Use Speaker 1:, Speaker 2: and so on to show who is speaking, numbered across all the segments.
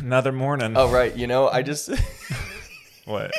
Speaker 1: another morning.
Speaker 2: Oh right, you know, I just
Speaker 1: What?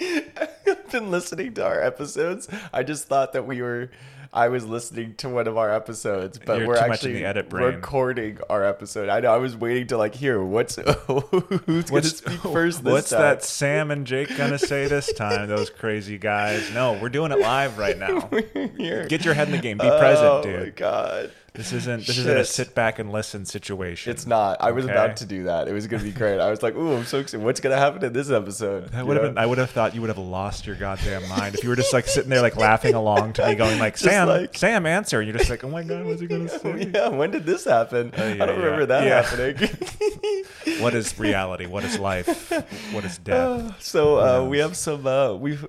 Speaker 2: I've been listening to our episodes. I just thought that we were I was listening to one of our episodes, but
Speaker 1: You're
Speaker 2: we're
Speaker 1: too much in
Speaker 2: actually
Speaker 1: the edit brain.
Speaker 2: recording our episode. I know I was waiting to like hear what's who's going to
Speaker 1: What's,
Speaker 2: speak first this
Speaker 1: what's
Speaker 2: time.
Speaker 1: that Sam and Jake gonna say this time? Those crazy guys. No, we're doing it live right now.
Speaker 2: Here.
Speaker 1: Get your head in the game. Be
Speaker 2: oh
Speaker 1: present,
Speaker 2: my
Speaker 1: dude.
Speaker 2: god.
Speaker 1: This isn't this isn't a
Speaker 2: Shit.
Speaker 1: sit back and listen situation.
Speaker 2: It's not. I was
Speaker 1: Okay.
Speaker 2: about to do that. It was going to be great. I was like, "Ooh, I'm so excited. What's going to happen in this episode?"
Speaker 1: That
Speaker 2: You
Speaker 1: would have
Speaker 2: know?
Speaker 1: been. I would have thought you would have lost your goddamn mind if you were just like sitting there like laughing along to me, going like
Speaker 2: Just
Speaker 1: Sam,
Speaker 2: like-
Speaker 1: Sam, answer, and you're just like, oh my god, what's he gonna
Speaker 2: Oh,
Speaker 1: say? Oh,
Speaker 2: yeah, when did this happen?
Speaker 1: yeah,
Speaker 2: I don't
Speaker 1: yeah.
Speaker 2: remember that
Speaker 1: Yeah.
Speaker 2: happening.
Speaker 1: What is reality? What is life? What is death?
Speaker 2: so uh, we have some. Uh, we've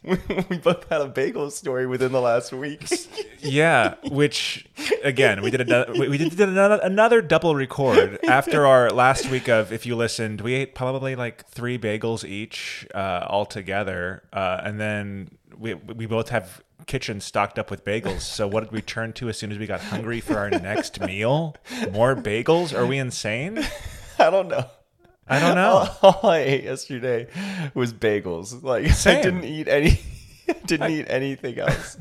Speaker 2: we we both had a bagel story within the last week.
Speaker 1: Yeah, which again, we did another. We we did another another double record after our last week of. If you listened, we ate probably like three bagels each uh, all together, uh, and then we we both have kitchens stocked up with bagels. So what did we turn to as soon as we got hungry for our next meal? More bagels? Are we insane?
Speaker 2: I don't know.
Speaker 1: I don't know.
Speaker 2: All, all I ate yesterday was bagels. Like I
Speaker 1: Same.
Speaker 2: didn't eat any. didn't eat anything else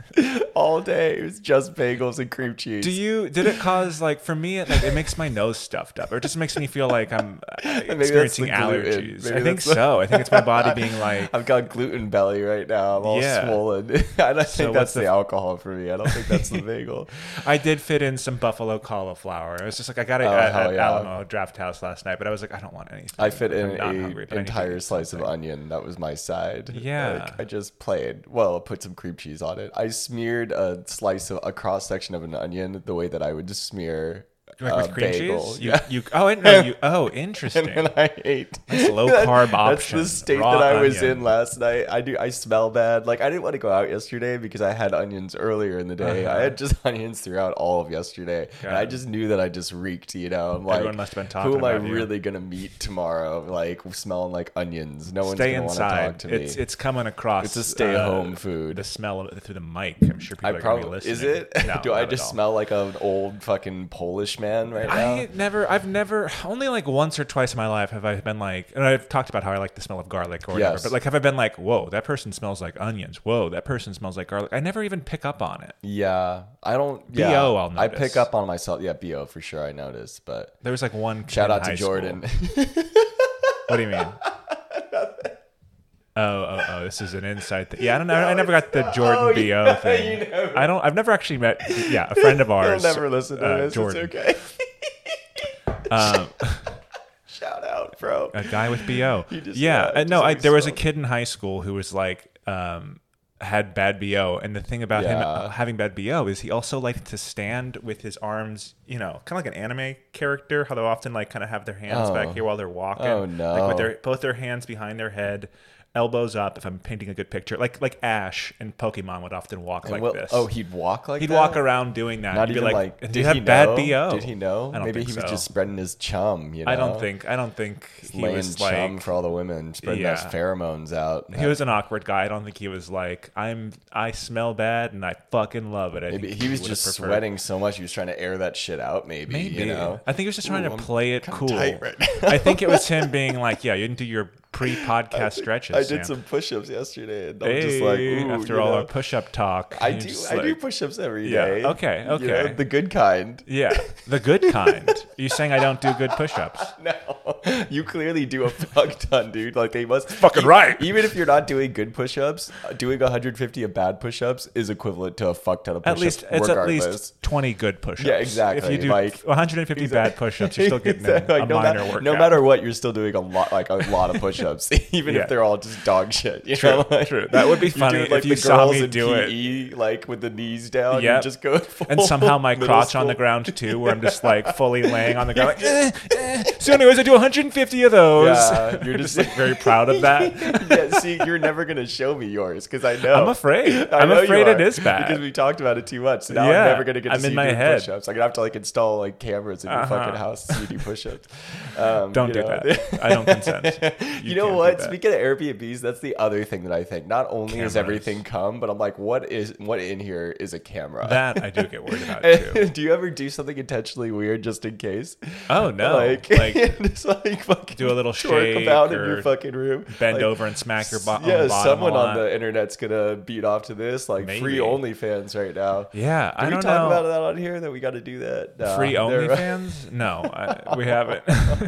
Speaker 2: all day. It was just bagels and cream cheese.
Speaker 1: Do you did it cause like for me it, like it makes my nose stuffed up or it just makes me feel like I'm uh,
Speaker 2: that's
Speaker 1: experiencing
Speaker 2: the gluten.
Speaker 1: allergies.
Speaker 2: Maybe
Speaker 1: I think
Speaker 2: that's the-
Speaker 1: so. I think it's my body being like
Speaker 2: I've got gluten belly right now. I'm all
Speaker 1: Yeah.
Speaker 2: swollen. I don't
Speaker 1: So
Speaker 2: think
Speaker 1: what's
Speaker 2: that's the,
Speaker 1: the-
Speaker 2: alcohol for me. I don't think that's the bagel.
Speaker 1: I did fit in some buffalo cauliflower. It was just like I got it
Speaker 2: Oh,
Speaker 1: at,
Speaker 2: hell
Speaker 1: at
Speaker 2: yeah.
Speaker 1: Alamo Draft House last night, but I was like, I don't want anything.
Speaker 2: I fit in
Speaker 1: not
Speaker 2: a
Speaker 1: hungry, but I need to
Speaker 2: entire
Speaker 1: eat
Speaker 2: slice of onion. That was my side.
Speaker 1: Yeah.
Speaker 2: Like, I just played. Well, put some cream cheese on it. I smeared a slice of a cross section of an onion the way that I would just smear
Speaker 1: Like
Speaker 2: a
Speaker 1: with cream
Speaker 2: uh, bagel.
Speaker 1: cheese. You,
Speaker 2: Yeah.
Speaker 1: you, oh, I didn't know you. Oh, interesting.
Speaker 2: And then I ate.
Speaker 1: Nice low carb option.
Speaker 2: That's the state
Speaker 1: Raw
Speaker 2: that I was
Speaker 1: onion.
Speaker 2: in last night. I do. I smell bad. Like I didn't want to go out yesterday because I had onions earlier in the day. I had just onions throughout all of yesterday, and
Speaker 1: Uh-huh. Got
Speaker 2: I
Speaker 1: it.
Speaker 2: just knew that I just reeked. You know, I'm like,
Speaker 1: Everyone must have been
Speaker 2: Who
Speaker 1: talking
Speaker 2: am I
Speaker 1: about you."
Speaker 2: really gonna meet tomorrow? Like smelling like onions. No one's
Speaker 1: Stay
Speaker 2: gonna want to talk
Speaker 1: inside.
Speaker 2: to me.
Speaker 1: It's it's coming across.
Speaker 2: It's a stay
Speaker 1: uh,
Speaker 2: home food.
Speaker 1: The smell of it through the mic. I'm sure people
Speaker 2: I
Speaker 1: are probably
Speaker 2: probably
Speaker 1: listening.
Speaker 2: is it?
Speaker 1: No,
Speaker 2: do I
Speaker 1: not at
Speaker 2: just
Speaker 1: all.
Speaker 2: smell like an old fucking Polish man right now?
Speaker 1: I never, I've never, only like once or twice in my life have I been like, and I've talked about how I like the smell of garlic or whatever,
Speaker 2: Yes.
Speaker 1: but like, have I been like, whoa, that person smells like onions. Whoa, that person smells like garlic. I never even pick up on it.
Speaker 2: yeah, I don't.
Speaker 1: BO
Speaker 2: Yeah,
Speaker 1: I'll
Speaker 2: I pick
Speaker 1: notice.
Speaker 2: up on myself. Yeah, bo for sure. I noticed, but
Speaker 1: There was like one kid
Speaker 2: Shout
Speaker 1: in
Speaker 2: out to
Speaker 1: high school.
Speaker 2: Jordan.
Speaker 1: What do you mean? Oh, oh, oh! This is an inside thing. Yeah, I don't know. I never got the Jordan
Speaker 2: Oh,
Speaker 1: Bo
Speaker 2: yeah,
Speaker 1: thing.
Speaker 2: you never-
Speaker 1: I don't. I've never actually met. Yeah, a friend of
Speaker 2: He'll
Speaker 1: ours.
Speaker 2: never listen to
Speaker 1: uh,
Speaker 2: this.
Speaker 1: Jordan,
Speaker 2: It's okay.
Speaker 1: um,
Speaker 2: Shout out, bro.
Speaker 1: a guy with bo.
Speaker 2: You just-
Speaker 1: yeah,
Speaker 2: yeah,
Speaker 1: uh, no,
Speaker 2: just
Speaker 1: I,
Speaker 2: always
Speaker 1: there was a
Speaker 2: smelled.
Speaker 1: kid in high school who was like um, had bad bo, and the thing about him
Speaker 2: Yeah.
Speaker 1: uh, having bad bo is he also liked to stand with his arms, you know, kind of like an anime character, how they often like kind of have their hands
Speaker 2: Oh.
Speaker 1: back here while they're walking,
Speaker 2: Oh,
Speaker 1: like
Speaker 2: no.
Speaker 1: with their both their hands behind their head. Elbows up. If I'm painting a good picture, like like Ash and Pokemon would often walk like
Speaker 2: Well,
Speaker 1: this.
Speaker 2: Oh, he'd walk like
Speaker 1: he'd
Speaker 2: that?
Speaker 1: walk around doing that.
Speaker 2: Not
Speaker 1: He'd be
Speaker 2: even
Speaker 1: like,
Speaker 2: like,
Speaker 1: "And
Speaker 2: did
Speaker 1: you have
Speaker 2: he
Speaker 1: bad
Speaker 2: know?
Speaker 1: bo.
Speaker 2: Did he know?
Speaker 1: I don't
Speaker 2: Maybe
Speaker 1: think
Speaker 2: he was
Speaker 1: so.
Speaker 2: just spreading his chum. You know,
Speaker 1: I don't think. I don't think he
Speaker 2: laying
Speaker 1: was
Speaker 2: chum
Speaker 1: like
Speaker 2: for all the women, spreading those
Speaker 1: Yeah.
Speaker 2: pheromones out.
Speaker 1: He was an awkward guy. I don't think he was like I'm. I smell bad and I fucking love it. I
Speaker 2: Maybe
Speaker 1: think
Speaker 2: he was
Speaker 1: would've
Speaker 2: just
Speaker 1: preferred-
Speaker 2: sweating so much he was trying to air that shit out. Maybe,
Speaker 1: Maybe
Speaker 2: you know.
Speaker 1: I think he was just trying
Speaker 2: Ooh,
Speaker 1: to
Speaker 2: I'm
Speaker 1: play it cool.
Speaker 2: tight right now.
Speaker 1: I think it was him being like, "Yeah, you didn't do your pre-podcast stretches."
Speaker 2: I did
Speaker 1: Sam.
Speaker 2: some push-ups yesterday, and I'm
Speaker 1: Hey,
Speaker 2: just like, ooh,
Speaker 1: after
Speaker 2: you
Speaker 1: all
Speaker 2: know.
Speaker 1: our push-up talk,
Speaker 2: I
Speaker 1: you're
Speaker 2: do,
Speaker 1: just
Speaker 2: I do
Speaker 1: like-
Speaker 2: push-ups every
Speaker 1: Yeah,
Speaker 2: day.
Speaker 1: okay,
Speaker 2: You know,
Speaker 1: okay.
Speaker 2: the good kind.
Speaker 1: Yeah, the good kind. you saying I don't do good push-ups?
Speaker 2: No, you clearly do a fuck ton, dude. Like they must
Speaker 1: fucking
Speaker 2: e-
Speaker 1: right.
Speaker 2: Even if you're not doing good push-ups, doing 150 of bad push-ups is equivalent to a fuck ton of push-ups.
Speaker 1: At least it's at
Speaker 2: regardless.
Speaker 1: least twenty good push-ups.
Speaker 2: Yeah, exactly,
Speaker 1: If you do
Speaker 2: like-
Speaker 1: 150 bad push-ups, you're still getting in
Speaker 2: Exactly.
Speaker 1: a
Speaker 2: no
Speaker 1: minor
Speaker 2: matter,
Speaker 1: workout.
Speaker 2: No matter what, you're still doing a lot, like a lot of push-ups, even
Speaker 1: Yeah.
Speaker 2: if they're all just dog shit. You
Speaker 1: True,
Speaker 2: know? Like,
Speaker 1: true. That would be
Speaker 2: you do
Speaker 1: funny
Speaker 2: it
Speaker 1: if
Speaker 2: like
Speaker 1: you
Speaker 2: the
Speaker 1: saw
Speaker 2: girls
Speaker 1: me
Speaker 2: in
Speaker 1: do it.
Speaker 2: PE, like with the knees down.
Speaker 1: Yep.
Speaker 2: You just go full
Speaker 1: and somehow my
Speaker 2: middle
Speaker 1: crotch on the
Speaker 2: school.
Speaker 1: ground too, where I'm just like fully laying on the ground. Like, eh, eh. So, anyways, I do 150 of those.
Speaker 2: Yeah, you're
Speaker 1: I'm
Speaker 2: just-
Speaker 1: like very proud of that.
Speaker 2: yeah, see, you're never gonna show me yours because I know
Speaker 1: I'm afraid.
Speaker 2: I
Speaker 1: I'm
Speaker 2: know you
Speaker 1: afraid it
Speaker 2: are,
Speaker 1: is bad.
Speaker 2: because we talked about it too much. So now
Speaker 1: Yeah,
Speaker 2: I'm never gonna get to
Speaker 1: I'm
Speaker 2: see
Speaker 1: in
Speaker 2: you
Speaker 1: my
Speaker 2: do
Speaker 1: head.
Speaker 2: push-ups. I'm gonna have to like install like cameras in your
Speaker 1: Uh-huh.
Speaker 2: fucking house to see you do push-ups. Um,
Speaker 1: Don't
Speaker 2: you
Speaker 1: do
Speaker 2: know.
Speaker 1: that. I don't consent.
Speaker 2: You, you know
Speaker 1: can't do
Speaker 2: what?
Speaker 1: that.
Speaker 2: Speaking of Airbnbs, that's the other thing that I think. Not only
Speaker 1: Cameras.
Speaker 2: is everything come, but I'm like, what is what in here is a camera?
Speaker 1: That I do get worried about too.
Speaker 2: do you ever do something intentionally weird just in case?
Speaker 1: Oh no!
Speaker 2: Like,
Speaker 1: Like,
Speaker 2: just like fucking
Speaker 1: do a little
Speaker 2: twerk
Speaker 1: shake
Speaker 2: about in
Speaker 1: or
Speaker 2: your fucking room.
Speaker 1: bend
Speaker 2: Like,
Speaker 1: over and smack your bo- on the
Speaker 2: yeah,
Speaker 1: bottom. a
Speaker 2: someone
Speaker 1: lot.
Speaker 2: on the internet's gonna beat off to this. Like free
Speaker 1: Maybe.
Speaker 2: OnlyFans right now.
Speaker 1: yeah. I
Speaker 2: Did we
Speaker 1: don't
Speaker 2: talk
Speaker 1: know.
Speaker 2: about that on here? That we got to do that. Nah,
Speaker 1: Free
Speaker 2: never mind.
Speaker 1: OnlyFans? No, I, we haven't.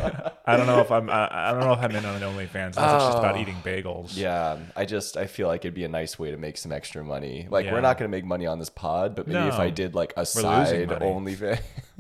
Speaker 1: I don't know if I'm. I, I don't know if I'm in on an OnlyFans. Unless It's just about
Speaker 2: Oh.
Speaker 1: eating bagels.
Speaker 2: Yeah, I just I feel like it'd be a nice way to make some extra money. Like we're
Speaker 1: Yeah.
Speaker 2: not gonna make money on this pod, but maybe if
Speaker 1: No.
Speaker 2: I did like a
Speaker 1: losing
Speaker 2: side
Speaker 1: money.
Speaker 2: OnlyFans,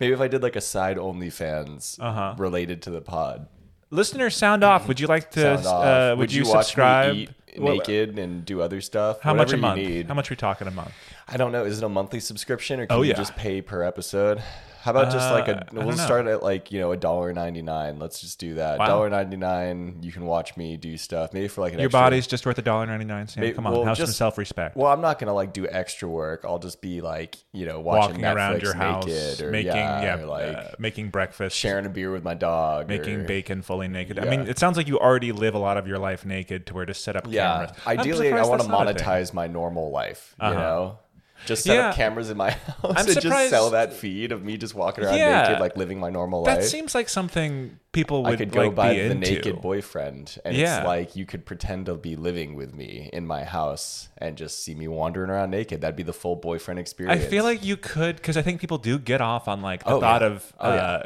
Speaker 2: maybe if I did like a side OnlyFans
Speaker 1: Uh-huh.
Speaker 2: related to the pod.
Speaker 1: Listeners, sound off. Would you like to?
Speaker 2: Sound off.
Speaker 1: Uh, would, you,
Speaker 2: watch me
Speaker 1: subscribe?
Speaker 2: eat
Speaker 1: What-
Speaker 2: naked and do other stuff?
Speaker 1: How much
Speaker 2: Whatever
Speaker 1: a
Speaker 2: you
Speaker 1: month?
Speaker 2: need.
Speaker 1: How much are we talking a month?
Speaker 2: I don't know. Is it a monthly subscription or can
Speaker 1: Oh,
Speaker 2: you
Speaker 1: yeah.
Speaker 2: just pay per episode? How about just like
Speaker 1: Uh,
Speaker 2: a
Speaker 1: I
Speaker 2: we'll
Speaker 1: don't know.
Speaker 2: start at like, you know, a dollar ninety nine. Let's just do that.
Speaker 1: Wow.
Speaker 2: Dollar ninety nine, you can watch me do stuff. Maybe for like an
Speaker 1: Your
Speaker 2: extra
Speaker 1: body's just worth a dollar ninety nine. Sam,
Speaker 2: Maybe-
Speaker 1: come on,
Speaker 2: well,
Speaker 1: have some
Speaker 2: just-
Speaker 1: self respect.
Speaker 2: Well, I'm not gonna like do extra work. I'll just be like, you know, watching
Speaker 1: Walking
Speaker 2: Netflix
Speaker 1: around your house,
Speaker 2: naked or
Speaker 1: making
Speaker 2: yeah,
Speaker 1: yeah,
Speaker 2: or, like
Speaker 1: uh, making breakfast,
Speaker 2: sharing a beer with my dog,
Speaker 1: making
Speaker 2: or,
Speaker 1: bacon fully naked.
Speaker 2: Yeah.
Speaker 1: I mean, it sounds like you already live a lot of your life naked to where to set up
Speaker 2: Yeah,
Speaker 1: cameras. I'm
Speaker 2: ideally, I
Speaker 1: surprised
Speaker 2: want to
Speaker 1: that's not a thing.
Speaker 2: monetize my normal life. You
Speaker 1: Uh-huh.
Speaker 2: know, just set up
Speaker 1: Yeah.
Speaker 2: cameras in my house
Speaker 1: I'm
Speaker 2: and just sell
Speaker 1: surprised-
Speaker 2: that feed of me just walking around
Speaker 1: Yeah.
Speaker 2: naked, like living my normal
Speaker 1: That
Speaker 2: life.
Speaker 1: seems like something people would
Speaker 2: I could go
Speaker 1: like
Speaker 2: by
Speaker 1: be
Speaker 2: the
Speaker 1: into.
Speaker 2: naked boyfriend, and
Speaker 1: Yeah.
Speaker 2: it's like you could pretend to be living with me in my house and just see me wandering around naked. That'd be the full
Speaker 1: I
Speaker 2: boyfriend experience.
Speaker 1: feel like you could because I think people do get off on like the
Speaker 2: Oh,
Speaker 1: thought
Speaker 2: yeah.
Speaker 1: of.
Speaker 2: Oh, yeah.
Speaker 1: uh,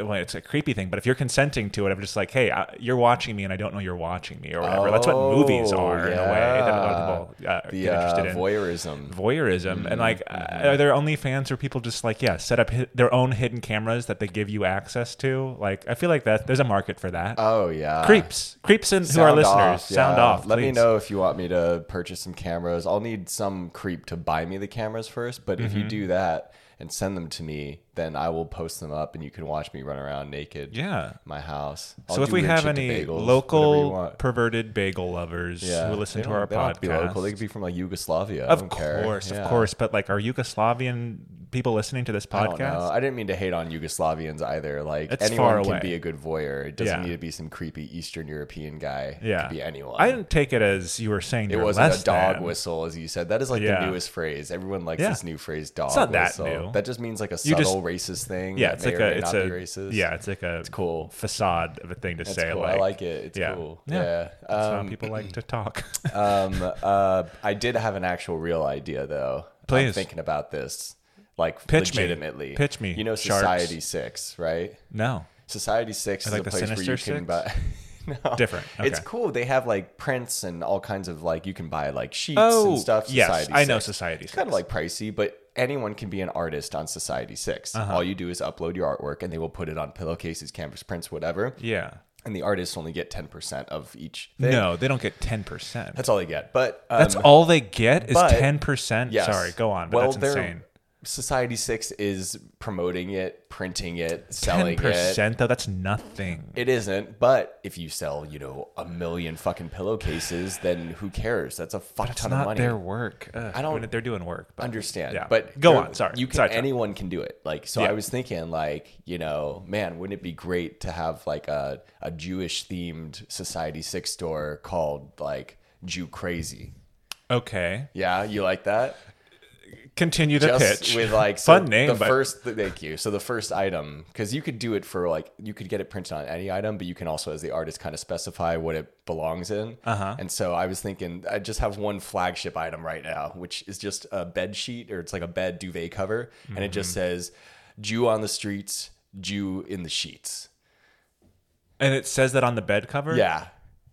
Speaker 1: well, it's a creepy thing, but if you're consenting to it, I'm just like, hey, I, you're watching me, and I don't know you're watching me, or whatever. That's what movies
Speaker 2: Oh,
Speaker 1: are in a way that a lot of people uh,
Speaker 2: the
Speaker 1: get
Speaker 2: uh, mm-hmm.
Speaker 1: interested in.
Speaker 2: voyeurism.
Speaker 1: voyeurism and like uh, are there only fans or people just like yeah set up hi- their own hidden cameras that they give you access to like i feel like that there's a market for that
Speaker 2: Oh yeah,
Speaker 1: creeps creeps and who are
Speaker 2: Sound
Speaker 1: listeners
Speaker 2: off,
Speaker 1: sound
Speaker 2: yeah.
Speaker 1: off
Speaker 2: Let me
Speaker 1: please.
Speaker 2: know if you want me to purchase some cameras. I'll need some creep to buy me the cameras first. But if you
Speaker 1: Mm-hmm.
Speaker 2: do that and send them to me, then I will post them up, and you can watch me run around naked.
Speaker 1: yeah
Speaker 2: my house.
Speaker 1: so
Speaker 2: I'll
Speaker 1: if
Speaker 2: do
Speaker 1: we
Speaker 2: weird
Speaker 1: have
Speaker 2: shit to
Speaker 1: any
Speaker 2: bagels, whatever you
Speaker 1: local
Speaker 2: want.
Speaker 1: perverted bagel lovers who listen
Speaker 2: They
Speaker 1: to
Speaker 2: don't-
Speaker 1: our
Speaker 2: they don't have
Speaker 1: podcast
Speaker 2: to be local. They could be from like Yugoslavia. I
Speaker 1: of
Speaker 2: don't care.
Speaker 1: course
Speaker 2: Yeah.
Speaker 1: of course but like are yugoslavian people listening to this
Speaker 2: I don't know.
Speaker 1: podcast
Speaker 2: I didn't mean to hate on Yugoslavians either. Like
Speaker 1: It's
Speaker 2: anyone
Speaker 1: far
Speaker 2: can
Speaker 1: away.
Speaker 2: be a good voyeur. It doesn't
Speaker 1: Yeah.
Speaker 2: need to be some creepy Eastern European guy. it
Speaker 1: yeah
Speaker 2: could be anyone.
Speaker 1: i didn't take it as you were saying
Speaker 2: It
Speaker 1: you're
Speaker 2: wasn't
Speaker 1: less
Speaker 2: a dog
Speaker 1: than.
Speaker 2: whistle, as you said. That is like the
Speaker 1: Yeah.
Speaker 2: newest phrase. Everyone likes
Speaker 1: Yeah.
Speaker 2: this new phrase, dog
Speaker 1: not that
Speaker 2: whistle.
Speaker 1: new.
Speaker 2: That just means like a
Speaker 1: You just-
Speaker 2: subtle racist thing.
Speaker 1: yeah,
Speaker 2: that
Speaker 1: it's
Speaker 2: may
Speaker 1: like
Speaker 2: or may
Speaker 1: a, it's
Speaker 2: not
Speaker 1: a,
Speaker 2: be racist.
Speaker 1: yeah, it's like a, it's
Speaker 2: cool.
Speaker 1: facade of a thing to
Speaker 2: That's
Speaker 1: say.
Speaker 2: cool.
Speaker 1: Like,
Speaker 2: I like it. It's
Speaker 1: yeah.
Speaker 2: cool.
Speaker 1: Yeah.
Speaker 2: Yeah.
Speaker 1: that's
Speaker 2: Um,
Speaker 1: how people like to talk.
Speaker 2: um, uh, I did have an actual real idea though. I'm
Speaker 1: Please.
Speaker 2: thinking about this, like
Speaker 1: Pitch me.
Speaker 2: legitimately.
Speaker 1: Pitch me,
Speaker 2: You know,
Speaker 1: sharks.
Speaker 2: Society Six, right?
Speaker 1: no,
Speaker 2: Society Six is
Speaker 1: Like
Speaker 2: a
Speaker 1: the
Speaker 2: place where you
Speaker 1: Sinister
Speaker 2: can
Speaker 1: Six?
Speaker 2: buy. No.
Speaker 1: Different.
Speaker 2: It's
Speaker 1: Okay.
Speaker 2: cool. They have like prints and all kinds of like you can buy like sheets
Speaker 1: oh,
Speaker 2: and stuff.
Speaker 1: yes,
Speaker 2: Society
Speaker 1: I know
Speaker 2: Six.
Speaker 1: society.
Speaker 2: It's kind of like pricey, but anyone can be an artist on Society 6.
Speaker 1: Uh-huh.
Speaker 2: All you do is upload your artwork and they will put it on pillowcases, canvas prints, whatever.
Speaker 1: yeah.
Speaker 2: And the artists only get 10% of each thing.
Speaker 1: no, they don't get ten percent. That's,
Speaker 2: That's all they get. But um,
Speaker 1: all they get is
Speaker 2: but-
Speaker 1: ten percent.
Speaker 2: yes.
Speaker 1: Sorry, go on. But
Speaker 2: Well,
Speaker 1: that's
Speaker 2: they're-
Speaker 1: insane.
Speaker 2: Society 6 is promoting it, printing it,
Speaker 1: Ten
Speaker 2: selling it.
Speaker 1: percent though, that's nothing.
Speaker 2: It isn't, but if you sell, you know, a million fucking pillowcases, then who cares? That's a fuck
Speaker 1: It's
Speaker 2: ton of
Speaker 1: not
Speaker 2: money.
Speaker 1: their work. Ugh, I
Speaker 2: don't-
Speaker 1: mean, they're doing work. But
Speaker 2: understand.
Speaker 1: Yeah.
Speaker 2: But
Speaker 1: Go
Speaker 2: there-
Speaker 1: on, sorry,
Speaker 2: You can,
Speaker 1: sidetrack.
Speaker 2: anyone can do it. Like so
Speaker 1: Yeah.
Speaker 2: I was thinking like, you know, man, wouldn't it be great to have like a a Jewish themed society 6 store called like Jew Crazy?
Speaker 1: okay,
Speaker 2: Yeah, you like that?
Speaker 1: continue the
Speaker 2: Just
Speaker 1: pitch
Speaker 2: with like
Speaker 1: fun
Speaker 2: so
Speaker 1: name.
Speaker 2: The
Speaker 1: but
Speaker 2: first, thank you. So the first item, because you could do it for like you could get it printed on any item, but you can also, as the artist, kind of specify what it belongs in. Uh-huh. And so I was thinking, I just have one flagship item right now, which is just a bed sheet or it's like a bed duvet cover, and it
Speaker 1: Mm-hmm.
Speaker 2: just says "Jew on the streets, Jew in the sheets."
Speaker 1: and it says that on the bed cover.
Speaker 2: Yeah,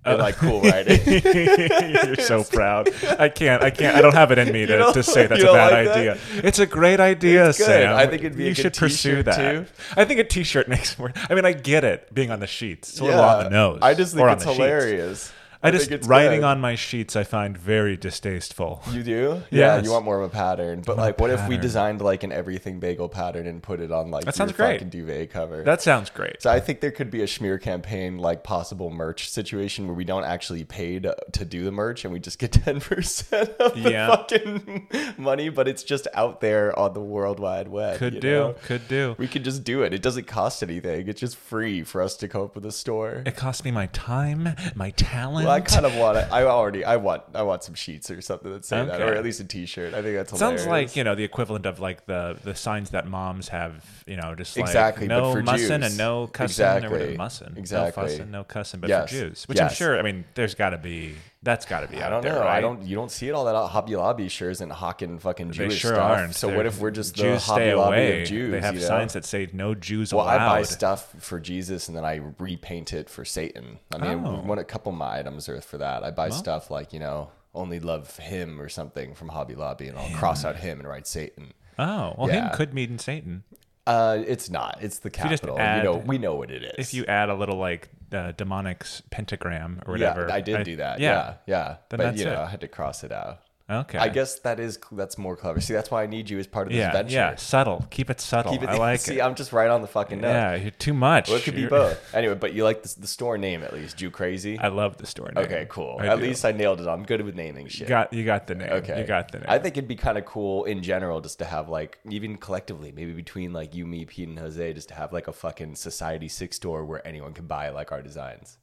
Speaker 1: Uh,
Speaker 2: And, like cool, right?
Speaker 1: You're so proud. I can't. I can't. I don't have it in me to,
Speaker 2: don't-
Speaker 1: to say that's
Speaker 2: you
Speaker 1: a
Speaker 2: don't
Speaker 1: bad
Speaker 2: like that?
Speaker 1: idea. It's a great idea,
Speaker 2: good.
Speaker 1: Sam.
Speaker 2: I think it'd be a
Speaker 1: you
Speaker 2: good
Speaker 1: should pursue
Speaker 2: t-shirt,
Speaker 1: that.
Speaker 2: too.
Speaker 1: I think a T-shirt makes more. I mean, I get it being on the sheets. It's a little on the nose.
Speaker 2: I just think
Speaker 1: or on
Speaker 2: it's
Speaker 1: the sheets.
Speaker 2: hilarious.
Speaker 1: I I
Speaker 2: think
Speaker 1: just
Speaker 2: it's
Speaker 1: writing
Speaker 2: good.
Speaker 1: on my sheets I find very distasteful.
Speaker 2: You do? Yeah.
Speaker 1: Yes.
Speaker 2: You want more of a pattern. But like, what if we
Speaker 1: pattern.
Speaker 2: designed like an everything bagel pattern and put it on like
Speaker 1: That
Speaker 2: your
Speaker 1: sounds great.
Speaker 2: fucking duvet cover?
Speaker 1: That sounds great.
Speaker 2: so I think there could be a smear campaign, like possible merch situation where we don't actually pay to, to do the merch and we just get 10% of the
Speaker 1: Yeah.
Speaker 2: fucking money, but it's just out there on the World Wide Web.
Speaker 1: Could
Speaker 2: you
Speaker 1: do.
Speaker 2: know?
Speaker 1: Could do.
Speaker 2: We could just do it. It doesn't cost anything. It's just free for us to come up with a store.
Speaker 1: It cost me my time, my talent.
Speaker 2: Well, I kind of want it. I already, I want, I want some sheets or something that say that,
Speaker 1: Okay.
Speaker 2: or at least a T-shirt. I think that's hilarious.
Speaker 1: Sounds like you know the equivalent of like the the signs that moms have, you know, just like
Speaker 2: Exactly, but
Speaker 1: no
Speaker 2: for
Speaker 1: mussin'
Speaker 2: Jews.
Speaker 1: and no cussing or
Speaker 2: Exactly.
Speaker 1: whatever mussin',
Speaker 2: Exactly.
Speaker 1: no fussin', no cussing, but
Speaker 2: Yes.
Speaker 1: for Jews, which I'm
Speaker 2: Yes.
Speaker 1: sure. I mean, there's got to be that's got to be.
Speaker 2: I
Speaker 1: out
Speaker 2: don't
Speaker 1: there,
Speaker 2: know. I
Speaker 1: right?
Speaker 2: don't. You don't see it all that. out. Hobby Lobby sure isn't hawking fucking
Speaker 1: They
Speaker 2: Jewish
Speaker 1: sure
Speaker 2: stuff.
Speaker 1: aren't.
Speaker 2: So
Speaker 1: They're-
Speaker 2: what if we're just the
Speaker 1: Jews
Speaker 2: Hobby
Speaker 1: stay
Speaker 2: Lobby
Speaker 1: away.
Speaker 2: of Jews?
Speaker 1: They have
Speaker 2: you know?
Speaker 1: signs that say no Jews
Speaker 2: Well, I
Speaker 1: allowed.
Speaker 2: buy stuff for Jesus and then I repaint it for Satan. I mean,
Speaker 1: Oh.
Speaker 2: one a couple of my items are for that. I buy stuff like you know, only love him or something from Hobby Lobby, and I'll cross out him and write Satan.
Speaker 1: Oh well,
Speaker 2: Yeah.
Speaker 1: him could mean Satan
Speaker 2: Uh, it's not. It's the
Speaker 1: you just
Speaker 2: capital. You,
Speaker 1: add-
Speaker 2: know, we know what it is.
Speaker 1: if you add a little like uh, demonic s- pentagram or whatever.
Speaker 2: Yeah, I did do that. Yeah, yeah.
Speaker 1: Then
Speaker 2: but
Speaker 1: that's
Speaker 2: you know,
Speaker 1: it.
Speaker 2: I had to cross it out.
Speaker 1: Okay.
Speaker 2: I guess that is that's more clever. See, that's why I need you as part of this
Speaker 1: Yeah.
Speaker 2: venture.
Speaker 1: Yeah. Subtle. Keep it subtle.
Speaker 2: Keep it-
Speaker 1: Oh, I like
Speaker 2: see,
Speaker 1: it.
Speaker 2: I'm just right on the fucking nose.
Speaker 1: yeah. You're too much.
Speaker 2: Well, it could be
Speaker 1: You're-
Speaker 2: both. Anyway, but you like the, the store name at least. Jew crazy.
Speaker 1: I love the story. Name.
Speaker 2: okay, cool.
Speaker 1: I
Speaker 2: at
Speaker 1: do.
Speaker 2: least I nailed it. I'm good with naming shit.
Speaker 1: You got you got the name.
Speaker 2: okay,
Speaker 1: You got the name.
Speaker 2: I think it'd be kind of cool in general just to have like even collectively, maybe between like you, me, Pete, and Jose, just to have like a fucking Society Six store where anyone can buy like our designs.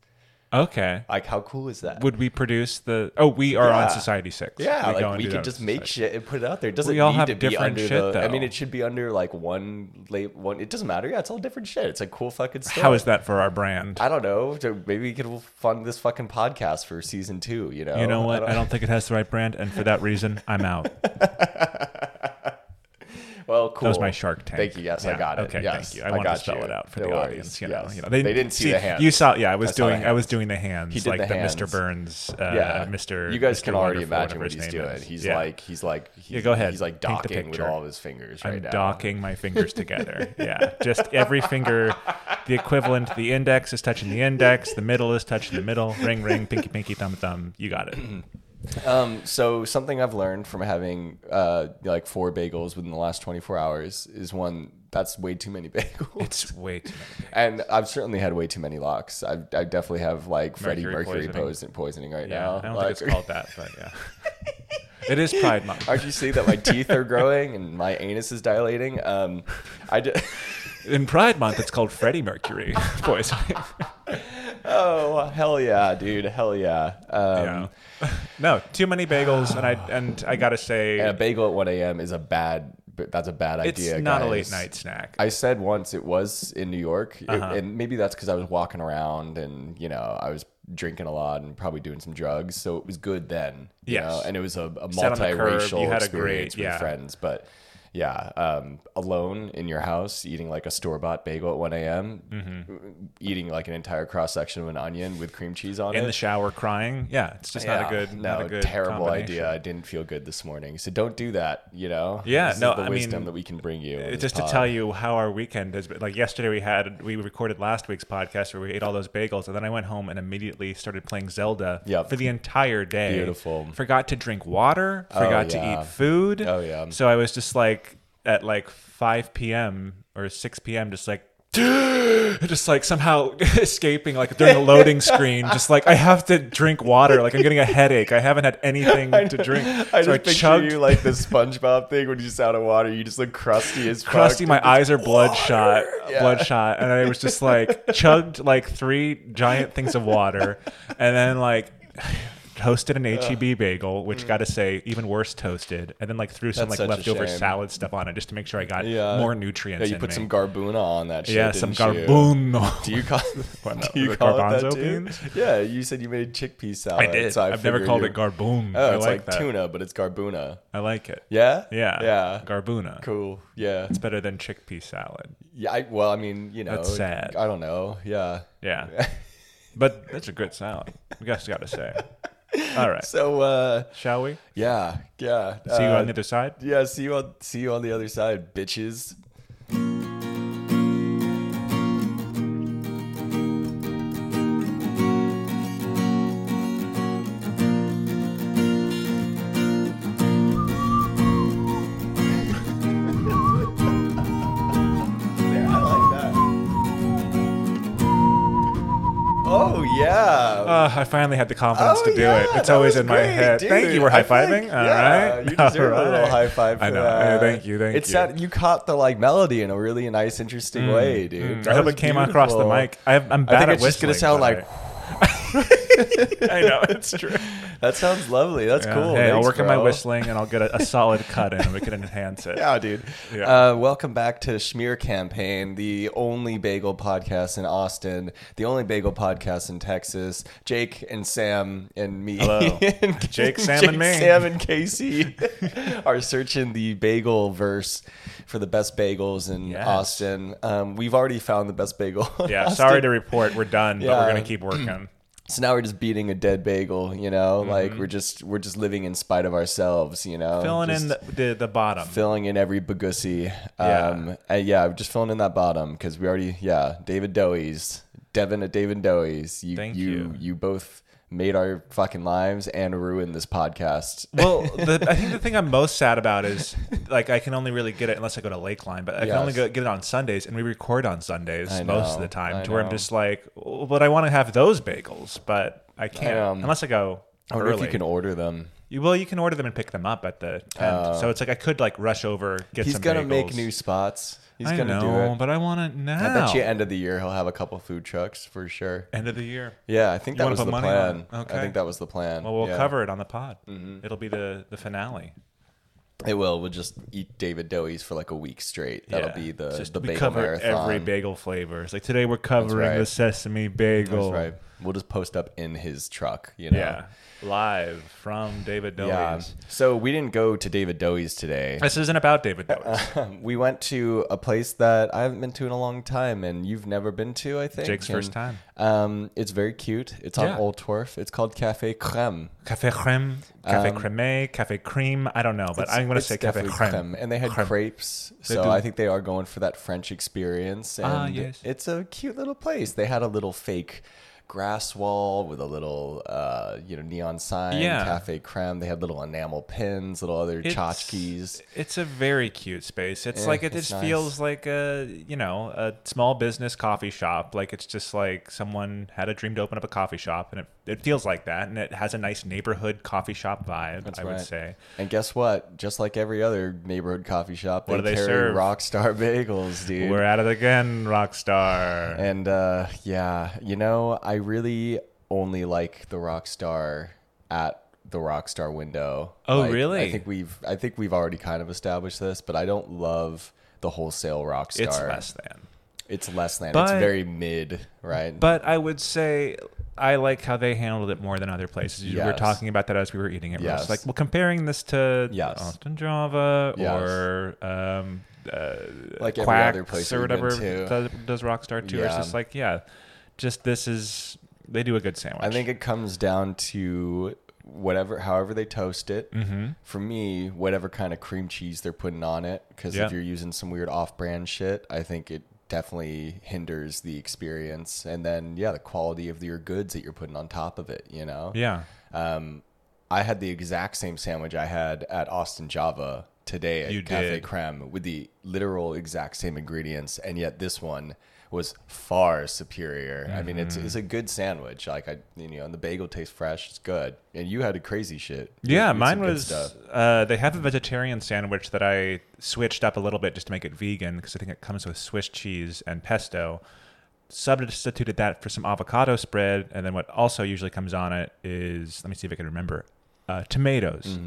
Speaker 1: okay.
Speaker 2: Like, how cool is that?
Speaker 1: Would we produce the? Oh, we are
Speaker 2: Yeah.
Speaker 1: on Society Six.
Speaker 2: Yeah,
Speaker 1: go
Speaker 2: like
Speaker 1: and
Speaker 2: we
Speaker 1: do that
Speaker 2: could
Speaker 1: on
Speaker 2: just
Speaker 1: Society
Speaker 2: make shit and put it out there. It doesn't
Speaker 1: We all
Speaker 2: need
Speaker 1: have
Speaker 2: to be
Speaker 1: different
Speaker 2: under
Speaker 1: shit,
Speaker 2: the. I
Speaker 1: though.
Speaker 2: mean, it should be under like one late one. It doesn't matter. Yeah, it's all different shit. It's a cool fucking
Speaker 1: Six.
Speaker 2: story.
Speaker 1: How is that for our brand?
Speaker 2: I don't know. to- Maybe we could fund this fucking podcast for season two. You know.
Speaker 1: you know what? I don't, think it has the right brand, and for that reason, I'm out.
Speaker 2: well, cool.
Speaker 1: That was my Shark Tank.
Speaker 2: Thank you. Yes, I
Speaker 1: Yeah,
Speaker 2: got it.
Speaker 1: Okay,
Speaker 2: Yes,
Speaker 1: thank you. I,
Speaker 2: got
Speaker 1: wanted to spell
Speaker 2: you.
Speaker 1: it out for
Speaker 2: No
Speaker 1: the
Speaker 2: worries.
Speaker 1: audience. You know,
Speaker 2: Yes.
Speaker 1: you know,
Speaker 2: they, didn't see, the hands.
Speaker 1: You saw, yeah. I was
Speaker 2: I saw the
Speaker 1: doing, I was doing the hands,
Speaker 2: He did
Speaker 1: like
Speaker 2: the
Speaker 1: the, Mr.
Speaker 2: hands.
Speaker 1: Burns, uh,
Speaker 2: yeah,
Speaker 1: Mr.
Speaker 2: You guys
Speaker 1: Mr.
Speaker 2: can already
Speaker 1: Wonderful, whatever
Speaker 2: imagine what
Speaker 1: his
Speaker 2: he's
Speaker 1: name
Speaker 2: doing.
Speaker 1: is.
Speaker 2: He's
Speaker 1: Yeah.
Speaker 2: like, he's like, he's,
Speaker 1: Yeah, go ahead.
Speaker 2: He's like
Speaker 1: Paint the
Speaker 2: docking with
Speaker 1: picture.
Speaker 2: all of his fingers right
Speaker 1: I'm
Speaker 2: now.
Speaker 1: docking my fingers together. Yeah, just every finger, the equivalent. The index is touching the index. The middle is touching the middle. Ring, ring, pinky, pinky, thumb, thumb. You got it.
Speaker 2: Um, so something I've learned from having uh, like four bagels within the last 24 hours is one that's way too many bagels.
Speaker 1: It's way too many.
Speaker 2: and I've certainly had way too many locks. I, I definitely have like Freddie
Speaker 1: Mercury
Speaker 2: Mercury
Speaker 1: poisoning.
Speaker 2: poisoning, poisoning right
Speaker 1: Yeah,
Speaker 2: now.
Speaker 1: I don't
Speaker 2: like,
Speaker 1: think it's called that, but yeah, it is Pride Month.
Speaker 2: Aren't you seeing that my teeth are growing and my anus is dilating? Um, I d-
Speaker 1: In Pride Month, it's called Freddie Mercury poisoning.
Speaker 2: oh hell yeah, dude, hell yeah. Um,
Speaker 1: Yeah. No, too many bagels, and I and I gotta say,
Speaker 2: And a bagel at 1 a.m. is a bad. That's a bad
Speaker 1: it's
Speaker 2: idea.
Speaker 1: not a
Speaker 2: guys.
Speaker 1: late night snack.
Speaker 2: I said once it was in New York, It-
Speaker 1: Uh-huh.
Speaker 2: and maybe that's because I was walking around and you know I was drinking a lot and probably doing some drugs, so it was good then. you
Speaker 1: Yes.
Speaker 2: know, and it was a, a
Speaker 1: Sat on the curb,
Speaker 2: multiracial
Speaker 1: you had a
Speaker 2: experience
Speaker 1: great-
Speaker 2: with
Speaker 1: yeah.
Speaker 2: friends, but yeah, um, alone in your house eating like a store bought bagel at 1 a.m.,
Speaker 1: Mm-hmm.
Speaker 2: eating like an entire cross section of an onion with cream cheese on
Speaker 1: in
Speaker 2: it.
Speaker 1: the shower crying. Yeah, it's just not a
Speaker 2: Yeah,
Speaker 1: good,
Speaker 2: no,
Speaker 1: not a good
Speaker 2: terrible
Speaker 1: combination.
Speaker 2: idea. I didn't feel good this morning, so don't do that. You know,
Speaker 1: Yeah,
Speaker 2: This is
Speaker 1: no,
Speaker 2: the
Speaker 1: I
Speaker 2: wisdom
Speaker 1: mean,
Speaker 2: that we can bring you. on
Speaker 1: It's
Speaker 2: this
Speaker 1: just to
Speaker 2: pod.
Speaker 1: tell you how our weekend has been. Like yesterday, we had we recorded last week's podcast where we ate all those bagels, and then I went home and immediately started playing Zelda
Speaker 2: Yep.
Speaker 1: for the entire day.
Speaker 2: Beautiful. Oh,
Speaker 1: Forgot to drink water. Forgot
Speaker 2: yeah.
Speaker 1: to eat food.
Speaker 2: Oh, yeah.
Speaker 1: So I was just like at like 5 p.m. or 6 p.m. just like. Just like somehow escaping, like during a loading screen, just like I have to drink water. Like I'm getting a headache. I haven't had anything to drink.
Speaker 2: I
Speaker 1: so
Speaker 2: just picture you like the SpongeBob thing when you just out of water, you just look crusty as fuck.
Speaker 1: crusty. My eyes are bloodshot,
Speaker 2: Yeah.
Speaker 1: bloodshot, and I was just like chugged like three giant things of water, and then like toasted an HEB bagel, which got to say even worse toasted, and then like threw some
Speaker 2: That's
Speaker 1: like
Speaker 2: such a
Speaker 1: leftover
Speaker 2: shame.
Speaker 1: salad stuff on it just to make sure I got
Speaker 2: Yeah.
Speaker 1: more
Speaker 2: Yeah,
Speaker 1: nutrients.
Speaker 2: you
Speaker 1: in
Speaker 2: put
Speaker 1: me.
Speaker 2: some garbuna on that shit.
Speaker 1: yeah, some
Speaker 2: didn't you?
Speaker 1: garbuno.
Speaker 2: Do you call,
Speaker 1: What,
Speaker 2: do you
Speaker 1: the
Speaker 2: call it that
Speaker 1: garbanzo
Speaker 2: too?
Speaker 1: beans?
Speaker 2: Yeah, you said you made chickpea salad.
Speaker 1: I did.
Speaker 2: So I
Speaker 1: I've never
Speaker 2: figured
Speaker 1: called
Speaker 2: you-
Speaker 1: it garboon.
Speaker 2: Oh,
Speaker 1: I
Speaker 2: it's
Speaker 1: like,
Speaker 2: like,
Speaker 1: that.
Speaker 2: tuna, but it's garbuna.
Speaker 1: I like it.
Speaker 2: Yeah?
Speaker 1: Yeah,
Speaker 2: Yeah.
Speaker 1: garbuna.
Speaker 2: cool. Yeah.
Speaker 1: It's better than chickpea salad.
Speaker 2: Yeah. I, well, I mean, you know.
Speaker 1: That's sad.
Speaker 2: I don't know. Yeah.
Speaker 1: Yeah, but that's a good salad. We just got to say. All right,
Speaker 2: So, uh,
Speaker 1: shall we?
Speaker 2: yeah. Yeah.
Speaker 1: See you
Speaker 2: uh,
Speaker 1: on the other side.
Speaker 2: Yeah, see you on see you on the other side, bitches.
Speaker 1: Uh, I finally had the confidence
Speaker 2: Oh,
Speaker 1: to do
Speaker 2: yeah,
Speaker 1: it. It's
Speaker 2: that
Speaker 1: always
Speaker 2: was
Speaker 1: in my
Speaker 2: great,
Speaker 1: head.
Speaker 2: dude.
Speaker 1: Thank you. We're high
Speaker 2: I think-
Speaker 1: fiving. All
Speaker 2: yeah,
Speaker 1: right.
Speaker 2: you deserve
Speaker 1: All
Speaker 2: a little
Speaker 1: right.
Speaker 2: high five. For
Speaker 1: I know.
Speaker 2: that.
Speaker 1: Hey, thank you. Thank
Speaker 2: it
Speaker 1: you.
Speaker 2: sounded- you caught the like melody in a really nice, interesting way, dude.
Speaker 1: Mm, I
Speaker 2: That
Speaker 1: hope
Speaker 2: was
Speaker 1: it came across the
Speaker 2: beautiful.
Speaker 1: mic. I, I'm
Speaker 2: I
Speaker 1: bad
Speaker 2: think
Speaker 1: at
Speaker 2: it's just gonna
Speaker 1: whistling,
Speaker 2: sound like
Speaker 1: but I, I know it's true.
Speaker 2: that sounds lovely. That's
Speaker 1: Yeah.
Speaker 2: cool.
Speaker 1: Hey, I'll
Speaker 2: Thanks,
Speaker 1: work on my
Speaker 2: bro.
Speaker 1: whistling and I'll get a, a solid cut in, and we can enhance it.
Speaker 2: Yeah, dude.
Speaker 1: Yeah.
Speaker 2: Uh, welcome back to Schmear Campaign, the only bagel podcast in Austin, the only bagel podcast in Texas. Jake and Sam and me.
Speaker 1: Hello.
Speaker 2: and
Speaker 1: Jake, Sam, and me.
Speaker 2: Sam and Casey are searching the bagel verse for the best bagels in
Speaker 1: Yes.
Speaker 2: Austin. Um, we've already found the best bagel. in
Speaker 1: Yeah,
Speaker 2: Austin.
Speaker 1: sorry to report, we're done, but we're
Speaker 2: Yeah.
Speaker 1: gonna keep working.
Speaker 2: So now we're just beating a dead bagel. You know, like we're just we're just living in spite of ourselves. You know,
Speaker 1: Mm-hmm. Filling
Speaker 2: Just-
Speaker 1: in the, the, the bottom.
Speaker 2: filling in every Bagussi.
Speaker 1: Yeah.
Speaker 2: Um, yeah. yeah, just filling in that bottom because we already, yeah, David Doey's, Devin at David Doey's. You,
Speaker 1: Thank
Speaker 2: you,
Speaker 1: you.
Speaker 2: you, both made our fucking lives and ruined this podcast.
Speaker 1: well, the, I think the thing I'm most sad about is like I can only really get it unless I go to Lakeline, but I can
Speaker 2: Yes.
Speaker 1: only go, get it on Sundays, and we record on Sundays
Speaker 2: I
Speaker 1: most of
Speaker 2: know,
Speaker 1: the time.
Speaker 2: I
Speaker 1: to where I'm
Speaker 2: know.
Speaker 1: just like, "Oh, but I want to have those bagels, but I can't
Speaker 2: um,
Speaker 1: unless I go
Speaker 2: I wonder
Speaker 1: early.
Speaker 2: if you can order them.
Speaker 1: You- well, you can order them and pick them up at the tent, so it's like I could like rush over get
Speaker 2: Oh. He's
Speaker 1: some.
Speaker 2: gonna make
Speaker 1: bagels.
Speaker 2: new spots. He's
Speaker 1: I know,
Speaker 2: gonna do it.
Speaker 1: but I want it now.
Speaker 2: I bet you end of the year he'll have a couple food trucks for sure.
Speaker 1: End of the year.
Speaker 2: Yeah, I think
Speaker 1: You
Speaker 2: that
Speaker 1: wanna
Speaker 2: was
Speaker 1: put
Speaker 2: the
Speaker 1: money
Speaker 2: plan.
Speaker 1: on it?
Speaker 2: I
Speaker 1: Okay.
Speaker 2: think that was the plan.
Speaker 1: Well, we'll
Speaker 2: Yeah. Mm-hmm.
Speaker 1: cover it on the pod. It'll be the the finale.
Speaker 2: It will. We'll just eat David Doey's for like a week straight. That'll
Speaker 1: Yeah.
Speaker 2: be the
Speaker 1: Just
Speaker 2: the
Speaker 1: we
Speaker 2: bagel
Speaker 1: cover
Speaker 2: marathon.
Speaker 1: every bagel flavor. It's like today we're covering
Speaker 2: right.
Speaker 1: the sesame bagel.
Speaker 2: That's right. We'll just post up in his truck, you know.
Speaker 1: Yeah, live from David Doey's.
Speaker 2: Yeah. So we didn't go to David Doey's today.
Speaker 1: This isn't about David Doey's.
Speaker 2: we went to a place that I haven't been to in a long time, and you've never been to, I think.
Speaker 1: Jake's
Speaker 2: And,
Speaker 1: first time.
Speaker 2: Um, it's very cute. It's on
Speaker 1: Yeah.
Speaker 2: Old Torf. It's called Cafe Creme.
Speaker 1: Cafe creme, cafe creme, cafe cream. I don't know, but I'm going to
Speaker 2: Um, It's
Speaker 1: say cafe
Speaker 2: definitely
Speaker 1: creme.
Speaker 2: And they had
Speaker 1: Creme.
Speaker 2: crepes, so
Speaker 1: do.
Speaker 2: I think they are going for that French experience. And
Speaker 1: Ah, yes.
Speaker 2: it's a cute little place. They had a little fake grass wall with a little uh, you know neon sign
Speaker 1: Yeah.
Speaker 2: cafe creme they had little enamel pins little other
Speaker 1: It's-
Speaker 2: tchotchkes
Speaker 1: It's a very cute space. It's
Speaker 2: Yeah,
Speaker 1: like it
Speaker 2: it's
Speaker 1: just
Speaker 2: nice.
Speaker 1: feels like a you know a small business coffee shop. Like it's just like someone had a dream to open up a coffee shop, and it, it feels like that. And it has a nice neighborhood coffee shop vibe. I would
Speaker 2: right.
Speaker 1: say.
Speaker 2: And guess what? Just like every other neighborhood coffee shop,
Speaker 1: What do they
Speaker 2: carry
Speaker 1: serve?
Speaker 2: Rockstar bagels, dude.
Speaker 1: We're at it again, Rockstar.
Speaker 2: and uh, yeah, you know, I really only like the Rockstar at the Rockstar window.
Speaker 1: Oh,
Speaker 2: Like,
Speaker 1: really?
Speaker 2: I think we've I think we've already kind of established this, but I don't love the wholesale Rockstar.
Speaker 1: It's less than.
Speaker 2: It's less than. it's
Speaker 1: But-
Speaker 2: very mid, right?
Speaker 1: But I would say I like how they handled it more than other places. We were
Speaker 2: Yes.
Speaker 1: talking about that as we were eating it. Ross.
Speaker 2: Yes.
Speaker 1: Like, well, comparing this to
Speaker 2: Yes.
Speaker 1: Austin Java
Speaker 2: Yes.
Speaker 1: or um, uh,
Speaker 2: Like every
Speaker 1: Quacks
Speaker 2: other place
Speaker 1: or
Speaker 2: we've been
Speaker 1: whatever
Speaker 2: to.
Speaker 1: does, does Rockstar too. It's
Speaker 2: Yeah.
Speaker 1: just like, yeah, just this is they do a good sandwich.
Speaker 2: I think it comes down to whatever, however they toast it. Mm-hmm. For me, whatever kind of cream cheese they're putting on it, because
Speaker 1: Yeah.
Speaker 2: if you're using some weird off-brand shit, I think it definitely hinders the experience. And then, yeah, the quality of your goods that you're putting on top of it. You know,
Speaker 1: yeah.
Speaker 2: um, I had the exact same sandwich I had at Austin Java today at
Speaker 1: You
Speaker 2: Cafe
Speaker 1: did.
Speaker 2: Creme with the literal exact same ingredients, and yet this one was far superior. I mean, it's
Speaker 1: Mm-hmm.
Speaker 2: it's a good sandwich. Like I, you know, and the bagel tastes fresh. It's good, and you had a crazy shit. You- you
Speaker 1: Yeah,
Speaker 2: had
Speaker 1: mine
Speaker 2: some good
Speaker 1: was.
Speaker 2: stuff.
Speaker 1: Uh, they have a vegetarian sandwich that I switched up a little bit just to make it vegan because I think it comes with Swiss cheese and pesto. Substituted that for some avocado spread, and then what also usually comes on it is let me see if I can remember uh, tomatoes, uh,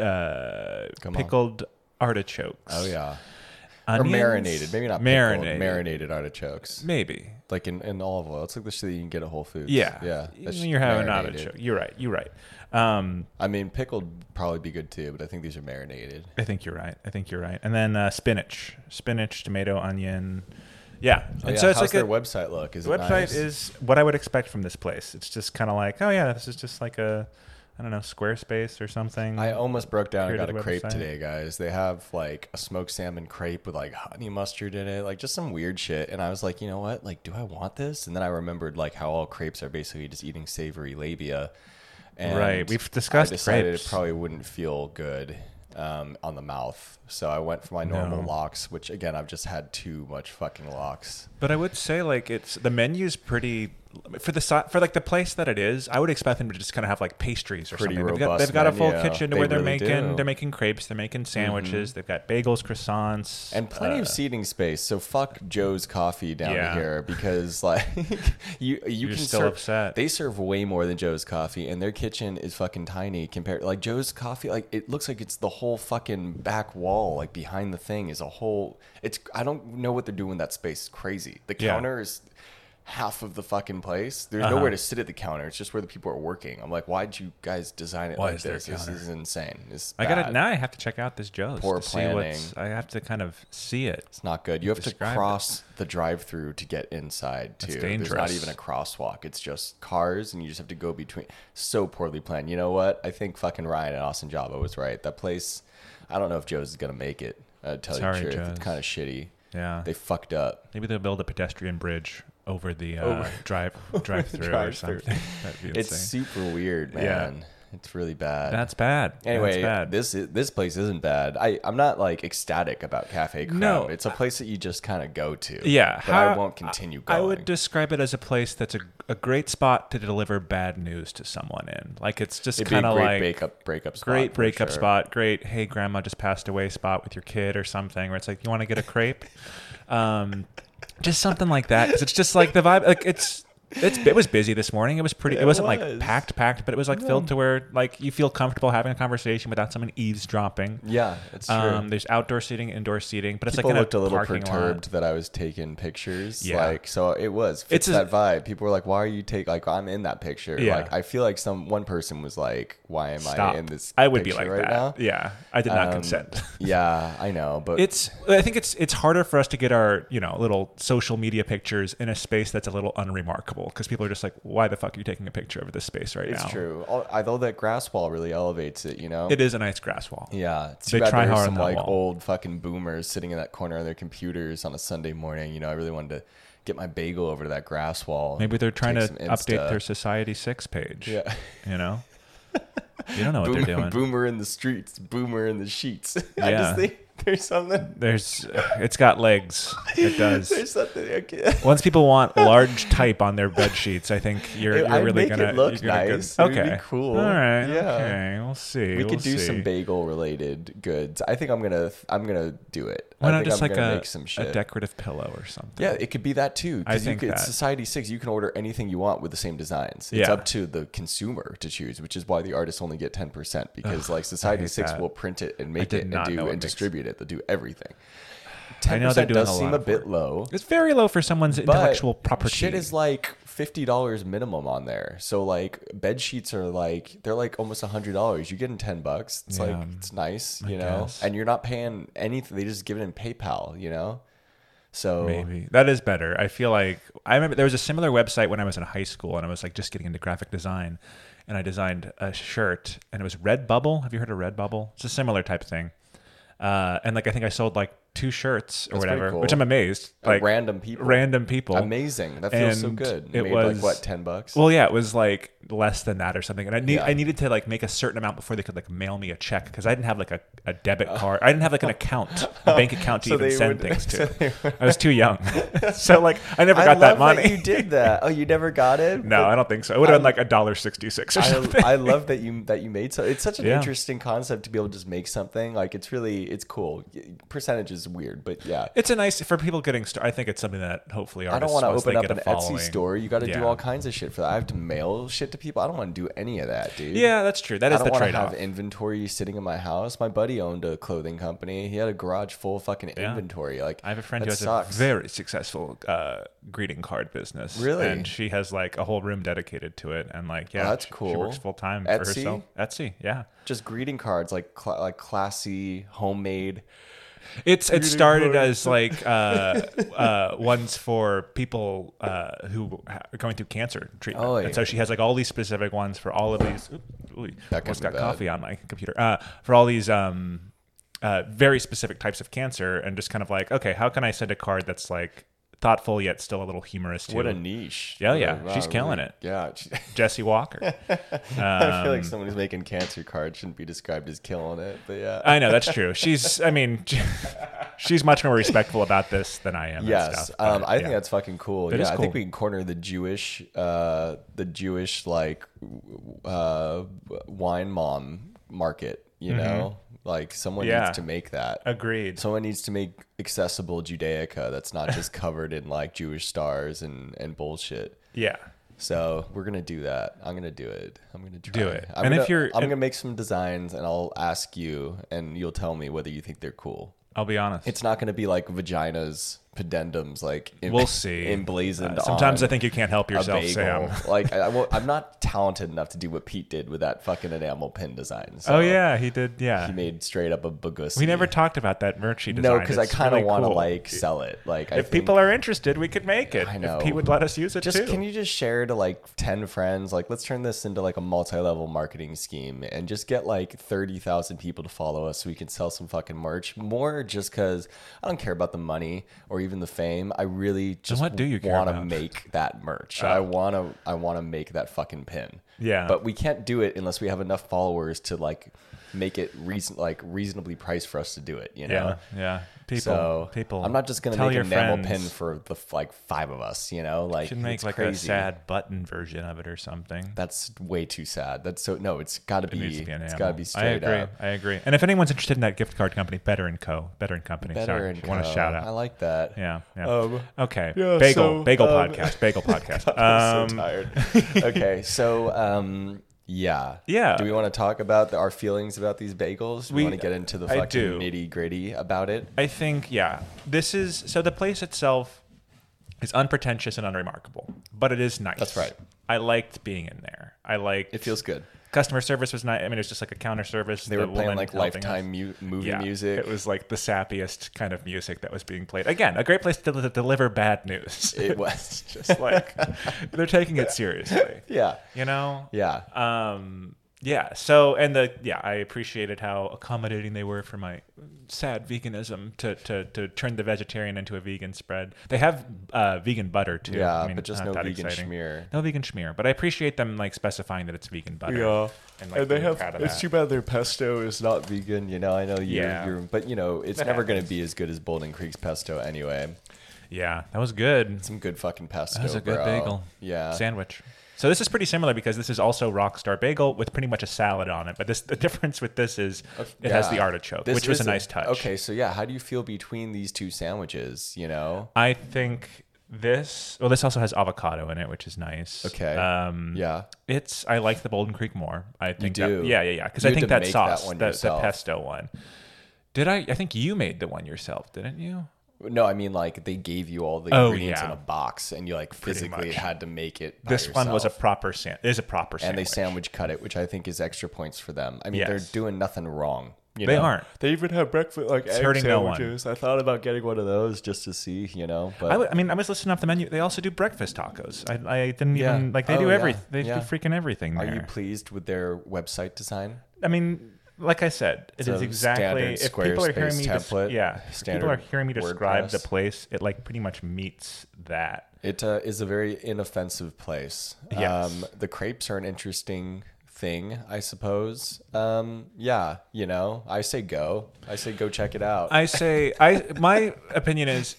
Speaker 2: Mm-hmm. Come on.
Speaker 1: pickled artichokes,
Speaker 2: Oh yeah,
Speaker 1: onions?
Speaker 2: or marinated. Maybe not marinated.
Speaker 1: marinated,
Speaker 2: marinated artichokes.
Speaker 1: maybe.
Speaker 2: Like in, in olive oil. It's like the shit that you can get at Whole Foods.
Speaker 1: Yeah,
Speaker 2: Yeah.
Speaker 1: When
Speaker 2: that's
Speaker 1: You're having
Speaker 2: marinated.
Speaker 1: artichoke. You're right. You're right. Um,
Speaker 2: I mean, pickled would probably be good too, but I think these are marinated.
Speaker 1: I think you're right. I think you're right. And then uh, spinach, spinach, tomato, onion. Yeah.
Speaker 2: Oh,
Speaker 1: and
Speaker 2: yeah,
Speaker 1: so it's
Speaker 2: how's
Speaker 1: like
Speaker 2: their
Speaker 1: a
Speaker 2: website look? Is
Speaker 1: the website
Speaker 2: it nice?
Speaker 1: is what I would expect from this place. It's just kind of like, oh yeah, this is just like a, I don't know, Squarespace or something.
Speaker 2: I almost broke down and got a
Speaker 1: Creative
Speaker 2: crepe
Speaker 1: website.
Speaker 2: today, guys. They have like a smoked salmon crepe with like honey mustard in it, like just some weird shit. And I was like, you know what? Like, do I want this? And then I remembered like how all crepes are basically just eating savory labia. And
Speaker 1: Right, we've discussed
Speaker 2: I decided
Speaker 1: crepes.
Speaker 2: it probably wouldn't feel good um, on the mouth, so I went for my normal
Speaker 1: No.
Speaker 2: lox, which again I've just had too much fucking lox.
Speaker 1: but I would say like it's the menu's pretty for the si- for like the place that it is, I would expect them to just kind of have like pastries or
Speaker 2: Pretty
Speaker 1: something. They've got,
Speaker 2: robust
Speaker 1: they've got a full
Speaker 2: menu.
Speaker 1: kitchen to
Speaker 2: They
Speaker 1: where they're
Speaker 2: really
Speaker 1: making
Speaker 2: do. Mm-hmm.
Speaker 1: they're making crepes, they're making sandwiches, they've got bagels, croissants, uh,
Speaker 2: and plenty of seating space. So fuck Joe's Coffee down
Speaker 1: Yeah.
Speaker 2: here because like you you
Speaker 1: You're
Speaker 2: can
Speaker 1: still
Speaker 2: serve,
Speaker 1: upset.
Speaker 2: They serve way more than Joe's Coffee, and their kitchen is fucking tiny compared. Like Joe's Coffee, like it looks like it's the whole fucking back wall, like behind the thing is a whole. It's I don't know what they're doing. with That space It's crazy. The
Speaker 1: Yeah. Uh-huh.
Speaker 2: counter is half of the fucking place. There's nowhere to sit at the counter. It's just where the people are working. I'm like, why'd you guys design it
Speaker 1: Why
Speaker 2: like
Speaker 1: is there a
Speaker 2: this? This
Speaker 1: counter?
Speaker 2: is insane. It's
Speaker 1: I got
Speaker 2: bad.
Speaker 1: to now. I have to check out this Joe's
Speaker 2: Poor
Speaker 1: to see what's. I have to kind of see it.
Speaker 2: It's not good. You have to
Speaker 1: Describe it.
Speaker 2: cross the drive-through to get inside too. There's not
Speaker 1: dangerous.
Speaker 2: even a crosswalk. It's just cars, and you just have to go between. So poorly planned. You know what? I think fucking Ryan at Austin Java was right. That place. I don't know if Joe's is gonna make it. Uh, tell
Speaker 1: Sorry,
Speaker 2: you the truth,
Speaker 1: Joe's.
Speaker 2: it's kind of shitty.
Speaker 1: Yeah,
Speaker 2: They fucked up.
Speaker 1: maybe they'll build a pedestrian bridge over the uh,
Speaker 2: Over-
Speaker 1: drive drive through or
Speaker 2: drive-through.
Speaker 1: something. That'd be
Speaker 2: It's
Speaker 1: insane.
Speaker 2: super weird,
Speaker 1: Yeah.
Speaker 2: man. It's really bad.
Speaker 1: That's bad.
Speaker 2: Anyway,
Speaker 1: That's bad.
Speaker 2: this is, this place isn't bad. I I'm not like ecstatic about Cafe Creme.
Speaker 1: No.
Speaker 2: it's a place that you just kind of go to.
Speaker 1: Yeah,
Speaker 2: but I
Speaker 1: how-
Speaker 2: won't continue
Speaker 1: I
Speaker 2: going.
Speaker 1: would describe it as a place that's a, a great spot to deliver bad news to someone in. Like it's just
Speaker 2: It'd be a
Speaker 1: kind of
Speaker 2: great
Speaker 1: like
Speaker 2: breakup breakup spot.
Speaker 1: great
Speaker 2: for
Speaker 1: breakup
Speaker 2: sure.
Speaker 1: spot, great hey grandma just passed away spot with your kid or something. Where it's like you want to get a crepe, um, just something like that. Because it's just like the vibe. Like it's. It's, it was busy this morning. It was pretty. It,
Speaker 2: It
Speaker 1: wasn't
Speaker 2: was.
Speaker 1: like packed, packed, but it was like filled to where like you feel comfortable having a conversation without someone eavesdropping.
Speaker 2: Yeah, it's true.
Speaker 1: Um, there's outdoor seating, indoor seating, but it's
Speaker 2: People
Speaker 1: like in
Speaker 2: looked a little
Speaker 1: parking lot.
Speaker 2: perturbed that I was taking pictures.
Speaker 1: Yeah.
Speaker 2: Like so it was
Speaker 1: It's
Speaker 2: it's
Speaker 1: a-
Speaker 2: that vibe. People were like, Why are you take like I'm in that picture?
Speaker 1: Yeah.
Speaker 2: Like I feel like some one person was like, Why am
Speaker 1: Stop.
Speaker 2: I in this
Speaker 1: I would be
Speaker 2: picture
Speaker 1: like
Speaker 2: right
Speaker 1: that.
Speaker 2: now?
Speaker 1: Yeah, I did not
Speaker 2: Um,
Speaker 1: consent.
Speaker 2: yeah, I know, but
Speaker 1: It's. I think it's. It's harder for us to get our you know little social media pictures in a space that's a little unremarkable because people are just like, why the fuck are you taking a picture of this space right now?
Speaker 2: it's true. Al- Although that grass wall really elevates it, you know?
Speaker 1: It is a nice grass wall.
Speaker 2: Yeah, it's
Speaker 1: They
Speaker 2: too bad
Speaker 1: try
Speaker 2: there
Speaker 1: hard
Speaker 2: were
Speaker 1: on
Speaker 2: some
Speaker 1: that
Speaker 2: like
Speaker 1: wall.
Speaker 2: old fucking boomers sitting in that corner on their computers on a Sunday morning. You know, I really wanted to get my bagel over to that grass wall.
Speaker 1: Maybe they're trying to
Speaker 2: take some
Speaker 1: update
Speaker 2: Insta.
Speaker 1: their Society Six page.
Speaker 2: Yeah.
Speaker 1: You know. You don't know what they're doing.
Speaker 2: Boomer, boomer in the streets, boomer in the sheets. I
Speaker 1: Yeah.
Speaker 2: just think there's something.
Speaker 1: There's. It's got legs. It does.
Speaker 2: There's something. Okay.
Speaker 1: Once people want large type on their bed sheets, I think you're,
Speaker 2: It-
Speaker 1: you're
Speaker 2: I'd
Speaker 1: really
Speaker 2: make
Speaker 1: gonna
Speaker 2: it look
Speaker 1: you're gonna go-
Speaker 2: nice. It would be
Speaker 1: okay,
Speaker 2: cool.
Speaker 1: All right,
Speaker 2: Yeah.
Speaker 1: okay, we'll see.
Speaker 2: We
Speaker 1: we'll
Speaker 2: could do
Speaker 1: see.
Speaker 2: some bagel related goods. I think I'm gonna. I'm gonna do it.
Speaker 1: Why
Speaker 2: I
Speaker 1: not
Speaker 2: think
Speaker 1: just
Speaker 2: I'm
Speaker 1: like
Speaker 2: gonna
Speaker 1: a,
Speaker 2: make some
Speaker 1: a
Speaker 2: shit.
Speaker 1: decorative pillow or something?
Speaker 2: yeah, it could be that too. 'cause
Speaker 1: I
Speaker 2: you
Speaker 1: think
Speaker 2: could-
Speaker 1: that.
Speaker 2: Society Six. You can order anything you want with the same designs. It's
Speaker 1: Yeah.
Speaker 2: up to the consumer to choose, which is why the artists only get ten percent because like Society
Speaker 1: hate
Speaker 2: Six
Speaker 1: that.
Speaker 2: will print it and make
Speaker 1: did
Speaker 2: it and
Speaker 1: not know
Speaker 2: do
Speaker 1: it
Speaker 2: and
Speaker 1: makes-
Speaker 2: distribute it. They'll do everything.
Speaker 1: I
Speaker 2: Ten
Speaker 1: know they're
Speaker 2: percent
Speaker 1: doing
Speaker 2: does
Speaker 1: a
Speaker 2: seem
Speaker 1: lot
Speaker 2: a
Speaker 1: of
Speaker 2: bit
Speaker 1: work.
Speaker 2: low.
Speaker 1: It's very low for someone's
Speaker 2: But
Speaker 1: intellectual property.
Speaker 2: Shit is like fifty dollars minimum on there. So like bed sheets are like they're like almost hundred dollars. You get in ten bucks. It's
Speaker 1: Yeah,
Speaker 2: like it's nice, you know.
Speaker 1: guess.
Speaker 2: And you're not paying anything. They just give it in PayPal, you know. So
Speaker 1: Maybe that is better. I feel like I remember there was a similar website when I was in high school and I was like just getting into graphic design, and I designed a shirt and it was Redbubble. Have you heard of Redbubble? It's a similar type thing. Uh, and like I think I sold like two shirts or
Speaker 2: That's pretty
Speaker 1: whatever,
Speaker 2: cool.
Speaker 1: which I'm amazed.
Speaker 2: like,
Speaker 1: Like
Speaker 2: random people,
Speaker 1: random people.
Speaker 2: amazing. That feels so
Speaker 1: And
Speaker 2: good.
Speaker 1: it
Speaker 2: Made
Speaker 1: was-
Speaker 2: like what ten bucks.
Speaker 1: Well, yeah, it was like less than that or something, and I need
Speaker 2: Yeah.
Speaker 1: I needed to like make a certain amount before they could like mail me a check because I didn't have like a, a debit card. I didn't have like an account, a bank account to
Speaker 2: Uh. So
Speaker 1: even
Speaker 2: they
Speaker 1: send
Speaker 2: would-
Speaker 1: things
Speaker 2: so
Speaker 1: to.
Speaker 2: they would-
Speaker 1: I was too young, so like I never
Speaker 2: I
Speaker 1: got that
Speaker 2: love
Speaker 1: money.
Speaker 2: you did that. Oh, you never got it.
Speaker 1: no, I don't think so. It would have been like a dollar sixty six or something.
Speaker 2: I, I love that you that you made so. It's such an
Speaker 1: Yeah.
Speaker 2: interesting concept to be able to just make something like it's really it's cool. Percentage is weird, but yeah,
Speaker 1: it's a nice for people getting started. I think it's something that hopefully
Speaker 2: I don't
Speaker 1: want to
Speaker 2: open up
Speaker 1: get
Speaker 2: an
Speaker 1: a following.
Speaker 2: Etsy store. You got to
Speaker 1: Yeah.
Speaker 2: do all kinds of shit for that. I have to mail shit to people. I don't want to do any of that, dude.
Speaker 1: Yeah, that's true. That
Speaker 2: I
Speaker 1: is
Speaker 2: don't
Speaker 1: the
Speaker 2: want
Speaker 1: trade
Speaker 2: to have
Speaker 1: off.
Speaker 2: inventory sitting in my house. My buddy owned a clothing company. He had a garage full of fucking
Speaker 1: Yeah.
Speaker 2: inventory. Like
Speaker 1: I have a friend
Speaker 2: that
Speaker 1: who has
Speaker 2: sucks.
Speaker 1: a very successful uh, greeting card business.
Speaker 2: Really? Oh,
Speaker 1: and she has like a whole room dedicated to it. And like, yeah,
Speaker 2: that's
Speaker 1: she- She
Speaker 2: cool.
Speaker 1: works full time for
Speaker 2: Etsy?
Speaker 1: herself. Etsy, yeah.
Speaker 2: just greeting cards, like cla like classy, homemade.
Speaker 1: It's it started
Speaker 2: cards.
Speaker 1: as like uh, uh, ones for people uh, who ha- are going through cancer treatment,
Speaker 2: Oh,
Speaker 1: and so she has like all these specific ones for all of these. Oop, ooh,
Speaker 2: That
Speaker 1: almost got
Speaker 2: can be bad.
Speaker 1: coffee on my computer uh, for all these. Um, uh, very specific types of cancer, and just kind of like, okay, how can I send a card that's like thoughtful yet still a little humorous too.
Speaker 2: What a niche.
Speaker 1: Yeah,
Speaker 2: What a-
Speaker 1: yeah. She's killing it. Um,
Speaker 2: Yeah. she-
Speaker 1: Jesse Walker.
Speaker 2: I feel like someone who's making cancer cards shouldn't be described as killing it, but yeah.
Speaker 1: I know that's true. She's, I mean, she's much more respectful about this than I am. and
Speaker 2: yes,
Speaker 1: stuff,
Speaker 2: um,
Speaker 1: but,
Speaker 2: I think
Speaker 1: yeah.
Speaker 2: that's fucking cool.
Speaker 1: That
Speaker 2: yeah,
Speaker 1: is
Speaker 2: I think
Speaker 1: cool.
Speaker 2: we can corner the Jewish, uh, the Jewish like w- uh, wine mom market. You know, like someone
Speaker 1: Mm-hmm. Yeah.
Speaker 2: needs to make that.
Speaker 1: agreed.
Speaker 2: Someone needs to make accessible Judaica that's not just covered in like Jewish stars and and bullshit.
Speaker 1: Yeah,
Speaker 2: So we're gonna do that. I'm gonna do it. I'm gonna try.
Speaker 1: Do it.
Speaker 2: I'm
Speaker 1: And
Speaker 2: gonna,
Speaker 1: if you're-
Speaker 2: I'm gonna make some designs, and I'll ask you, and you'll tell me whether you think they're cool.
Speaker 1: I'll be honest.
Speaker 2: It's not gonna be like vaginas, pedendums, like em-
Speaker 1: we'll see.
Speaker 2: emblazoned.
Speaker 1: Uh, sometimes
Speaker 2: on
Speaker 1: I think you can't help
Speaker 2: a
Speaker 1: yourself, Sam.
Speaker 2: bagel. like I, I won't- I'm not talented enough to do what Pete did with that fucking enamel pin design. So
Speaker 1: Oh yeah, he did. Yeah,
Speaker 2: he made straight up a bagusi.
Speaker 1: we never talked about that merch he designed.
Speaker 2: no, because I
Speaker 1: It's
Speaker 2: kind of
Speaker 1: really
Speaker 2: want to
Speaker 1: cool.
Speaker 2: like sell it. Like I
Speaker 1: If people are interested, we could make it.
Speaker 2: I know.
Speaker 1: If he would let us use it
Speaker 2: just
Speaker 1: too.
Speaker 2: can you just share to like 10 friends like let's turn this into like a multi-level marketing scheme and just get like 30,000 people to follow us so we can sell some fucking merch more just cuz I don't care about the money or even the fame I really just
Speaker 1: what do you care
Speaker 2: want to
Speaker 1: about? Oh.
Speaker 2: make that merch I want to I want to make that fucking pin
Speaker 1: Yeah.
Speaker 2: but we can't do it unless we have enough followers to like make it reason like reasonably priced for us to do it you know
Speaker 1: yeah, yeah. People,
Speaker 2: so
Speaker 1: people.
Speaker 2: I'm not just gonna
Speaker 1: tell
Speaker 2: make
Speaker 1: your
Speaker 2: an enamel
Speaker 1: friends.
Speaker 2: pin for the f- like five of us. You know, like
Speaker 1: should make
Speaker 2: it's
Speaker 1: like
Speaker 2: crazy.
Speaker 1: a sad button version of it or something.
Speaker 2: That's way too sad. That's so no. It's got to be.
Speaker 1: needs to be an
Speaker 2: it's
Speaker 1: animal.
Speaker 2: got to be straight
Speaker 1: I agree.
Speaker 2: up.
Speaker 1: I agree. And if anyone's interested in that gift card company, Better and Co. Better and Company.
Speaker 2: Better
Speaker 1: sorry,
Speaker 2: and
Speaker 1: if you want
Speaker 2: Co.
Speaker 1: to shout
Speaker 2: I
Speaker 1: out.
Speaker 2: like that.
Speaker 1: Yeah. yeah.
Speaker 2: Um,
Speaker 1: okay.
Speaker 2: yeah,
Speaker 1: bagel.
Speaker 2: so,
Speaker 1: bagel
Speaker 2: um,
Speaker 1: podcast. Bagel podcast.
Speaker 2: I'm
Speaker 1: Um,
Speaker 2: so tired. okay, so um, yeah,
Speaker 1: Yeah.
Speaker 2: Do we want to talk about the, our feelings about these bagels? Do we,
Speaker 1: We-
Speaker 2: want to get into the
Speaker 1: I
Speaker 2: fucking
Speaker 1: do.
Speaker 2: nitty gritty about it?
Speaker 1: I think yeah. This is so the place itself is unpretentious and unremarkable, but it is nice.
Speaker 2: That's right.
Speaker 1: I liked being in there. I liked
Speaker 2: It feels good.
Speaker 1: customer service was nice. I mean, it was just like a counter service.
Speaker 2: They
Speaker 1: The
Speaker 2: were playing
Speaker 1: woman
Speaker 2: like
Speaker 1: helping us.
Speaker 2: lifetime mu- movie
Speaker 1: Yeah,
Speaker 2: music.
Speaker 1: It was like the sappiest kind of music that was being played. Again, a great place to, to deliver bad news.
Speaker 2: It was just
Speaker 1: It's like they're taking it seriously.
Speaker 2: yeah,
Speaker 1: You know?
Speaker 2: yeah.
Speaker 1: Um yeah. So and the yeah, I appreciated how accommodating they were for my sad veganism to to, to turn the vegetarian into a vegan spread. They have uh, vegan butter too.
Speaker 2: Yeah,
Speaker 1: I mean,
Speaker 2: but just
Speaker 1: not
Speaker 2: no
Speaker 1: that
Speaker 2: vegan
Speaker 1: exciting.
Speaker 2: schmear.
Speaker 1: No vegan schmear, but I appreciate them like specifying that it's vegan butter. and, like, being proud of that.
Speaker 2: bad their pesto is not vegan. You know, I know you're,
Speaker 1: Yeah.
Speaker 2: you're but you know, it's never going to be as good as Bolden Creek's pesto anyway.
Speaker 1: Yeah, that was good.
Speaker 2: Some good fucking pesto.
Speaker 1: That was a good
Speaker 2: bro.
Speaker 1: bagel.
Speaker 2: Yeah.
Speaker 1: Sandwich. So this is pretty similar because this is also Rockstar Bagel with pretty much a salad on it. But this the difference with this is it has
Speaker 2: Yeah.
Speaker 1: the artichoke,
Speaker 2: This
Speaker 1: which was a
Speaker 2: is
Speaker 1: nice touch.
Speaker 2: Okay, so yeah, how do you feel between these two sandwiches? You know,
Speaker 1: I think this well this also has avocado in it, which is nice.
Speaker 2: Okay.
Speaker 1: Um
Speaker 2: yeah,
Speaker 1: it's I like the Bolden Creek more. I think that-
Speaker 2: do?
Speaker 1: yeah, yeah, yeah. Because I
Speaker 2: You had to
Speaker 1: think that
Speaker 2: make that
Speaker 1: sauce,
Speaker 2: one
Speaker 1: the, the
Speaker 2: yourself.
Speaker 1: pesto one. Did I I think you made the one yourself, didn't you?
Speaker 2: no, I mean like they gave you all the
Speaker 1: Oh,
Speaker 2: ingredients
Speaker 1: yeah.
Speaker 2: in a box, and you like physically
Speaker 1: much.
Speaker 2: had to make it. by
Speaker 1: This one was a
Speaker 2: yourself.
Speaker 1: proper san- is a proper sandwich.
Speaker 2: and they sandwich cut it, which I think is extra points for them. I mean,
Speaker 1: Yes.
Speaker 2: they're doing nothing wrong. You
Speaker 1: They
Speaker 2: know?
Speaker 1: aren't.
Speaker 2: They even have breakfast like egg
Speaker 1: hurting no one.
Speaker 2: sandwiches. I thought about getting one of those just to see, you know. But
Speaker 1: I, w- I mean, I was listening off the menu. They also do breakfast tacos. I, I didn't
Speaker 2: Yeah.
Speaker 1: even like they
Speaker 2: Oh,
Speaker 1: do
Speaker 2: yeah.
Speaker 1: every they
Speaker 2: Yeah.
Speaker 1: do freaking everything
Speaker 2: are
Speaker 1: there.
Speaker 2: you pleased with their website design?
Speaker 1: I mean, like I said, it is
Speaker 2: a
Speaker 1: exactly
Speaker 2: standard
Speaker 1: if people are hearing
Speaker 2: Squarespace
Speaker 1: me des-
Speaker 2: template,
Speaker 1: yeah, if people are
Speaker 2: standard
Speaker 1: hearing me describe the
Speaker 2: WordPress.
Speaker 1: place. It like pretty much meets that.
Speaker 2: It uh, is a very inoffensive place. Um,
Speaker 1: Yes.
Speaker 2: the crepes are an interesting thing, I suppose. Um, yeah, you know, I say go. I say go check it out.
Speaker 1: I say I my opinion is,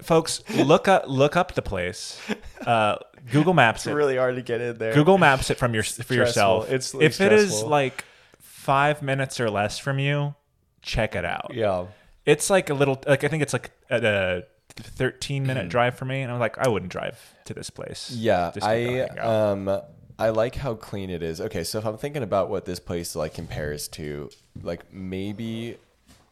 Speaker 1: folks, look up look up the place. Uh, Google Maps it.
Speaker 2: really hard to get in there.
Speaker 1: Google Maps it from your for yourself.
Speaker 2: It's really
Speaker 1: if it is
Speaker 2: stressful.
Speaker 1: like five minutes or less from you, check it out.
Speaker 2: Yeah.
Speaker 1: It's like a little like I think it's like a, a 13 minute drive for me and I'm like I wouldn't drive to this place.
Speaker 2: Mm. Yeah,
Speaker 1: Just to
Speaker 2: I
Speaker 1: go hang out.
Speaker 2: um I like how clean it is. Okay, so if I'm thinking about what this place like compares to, like maybe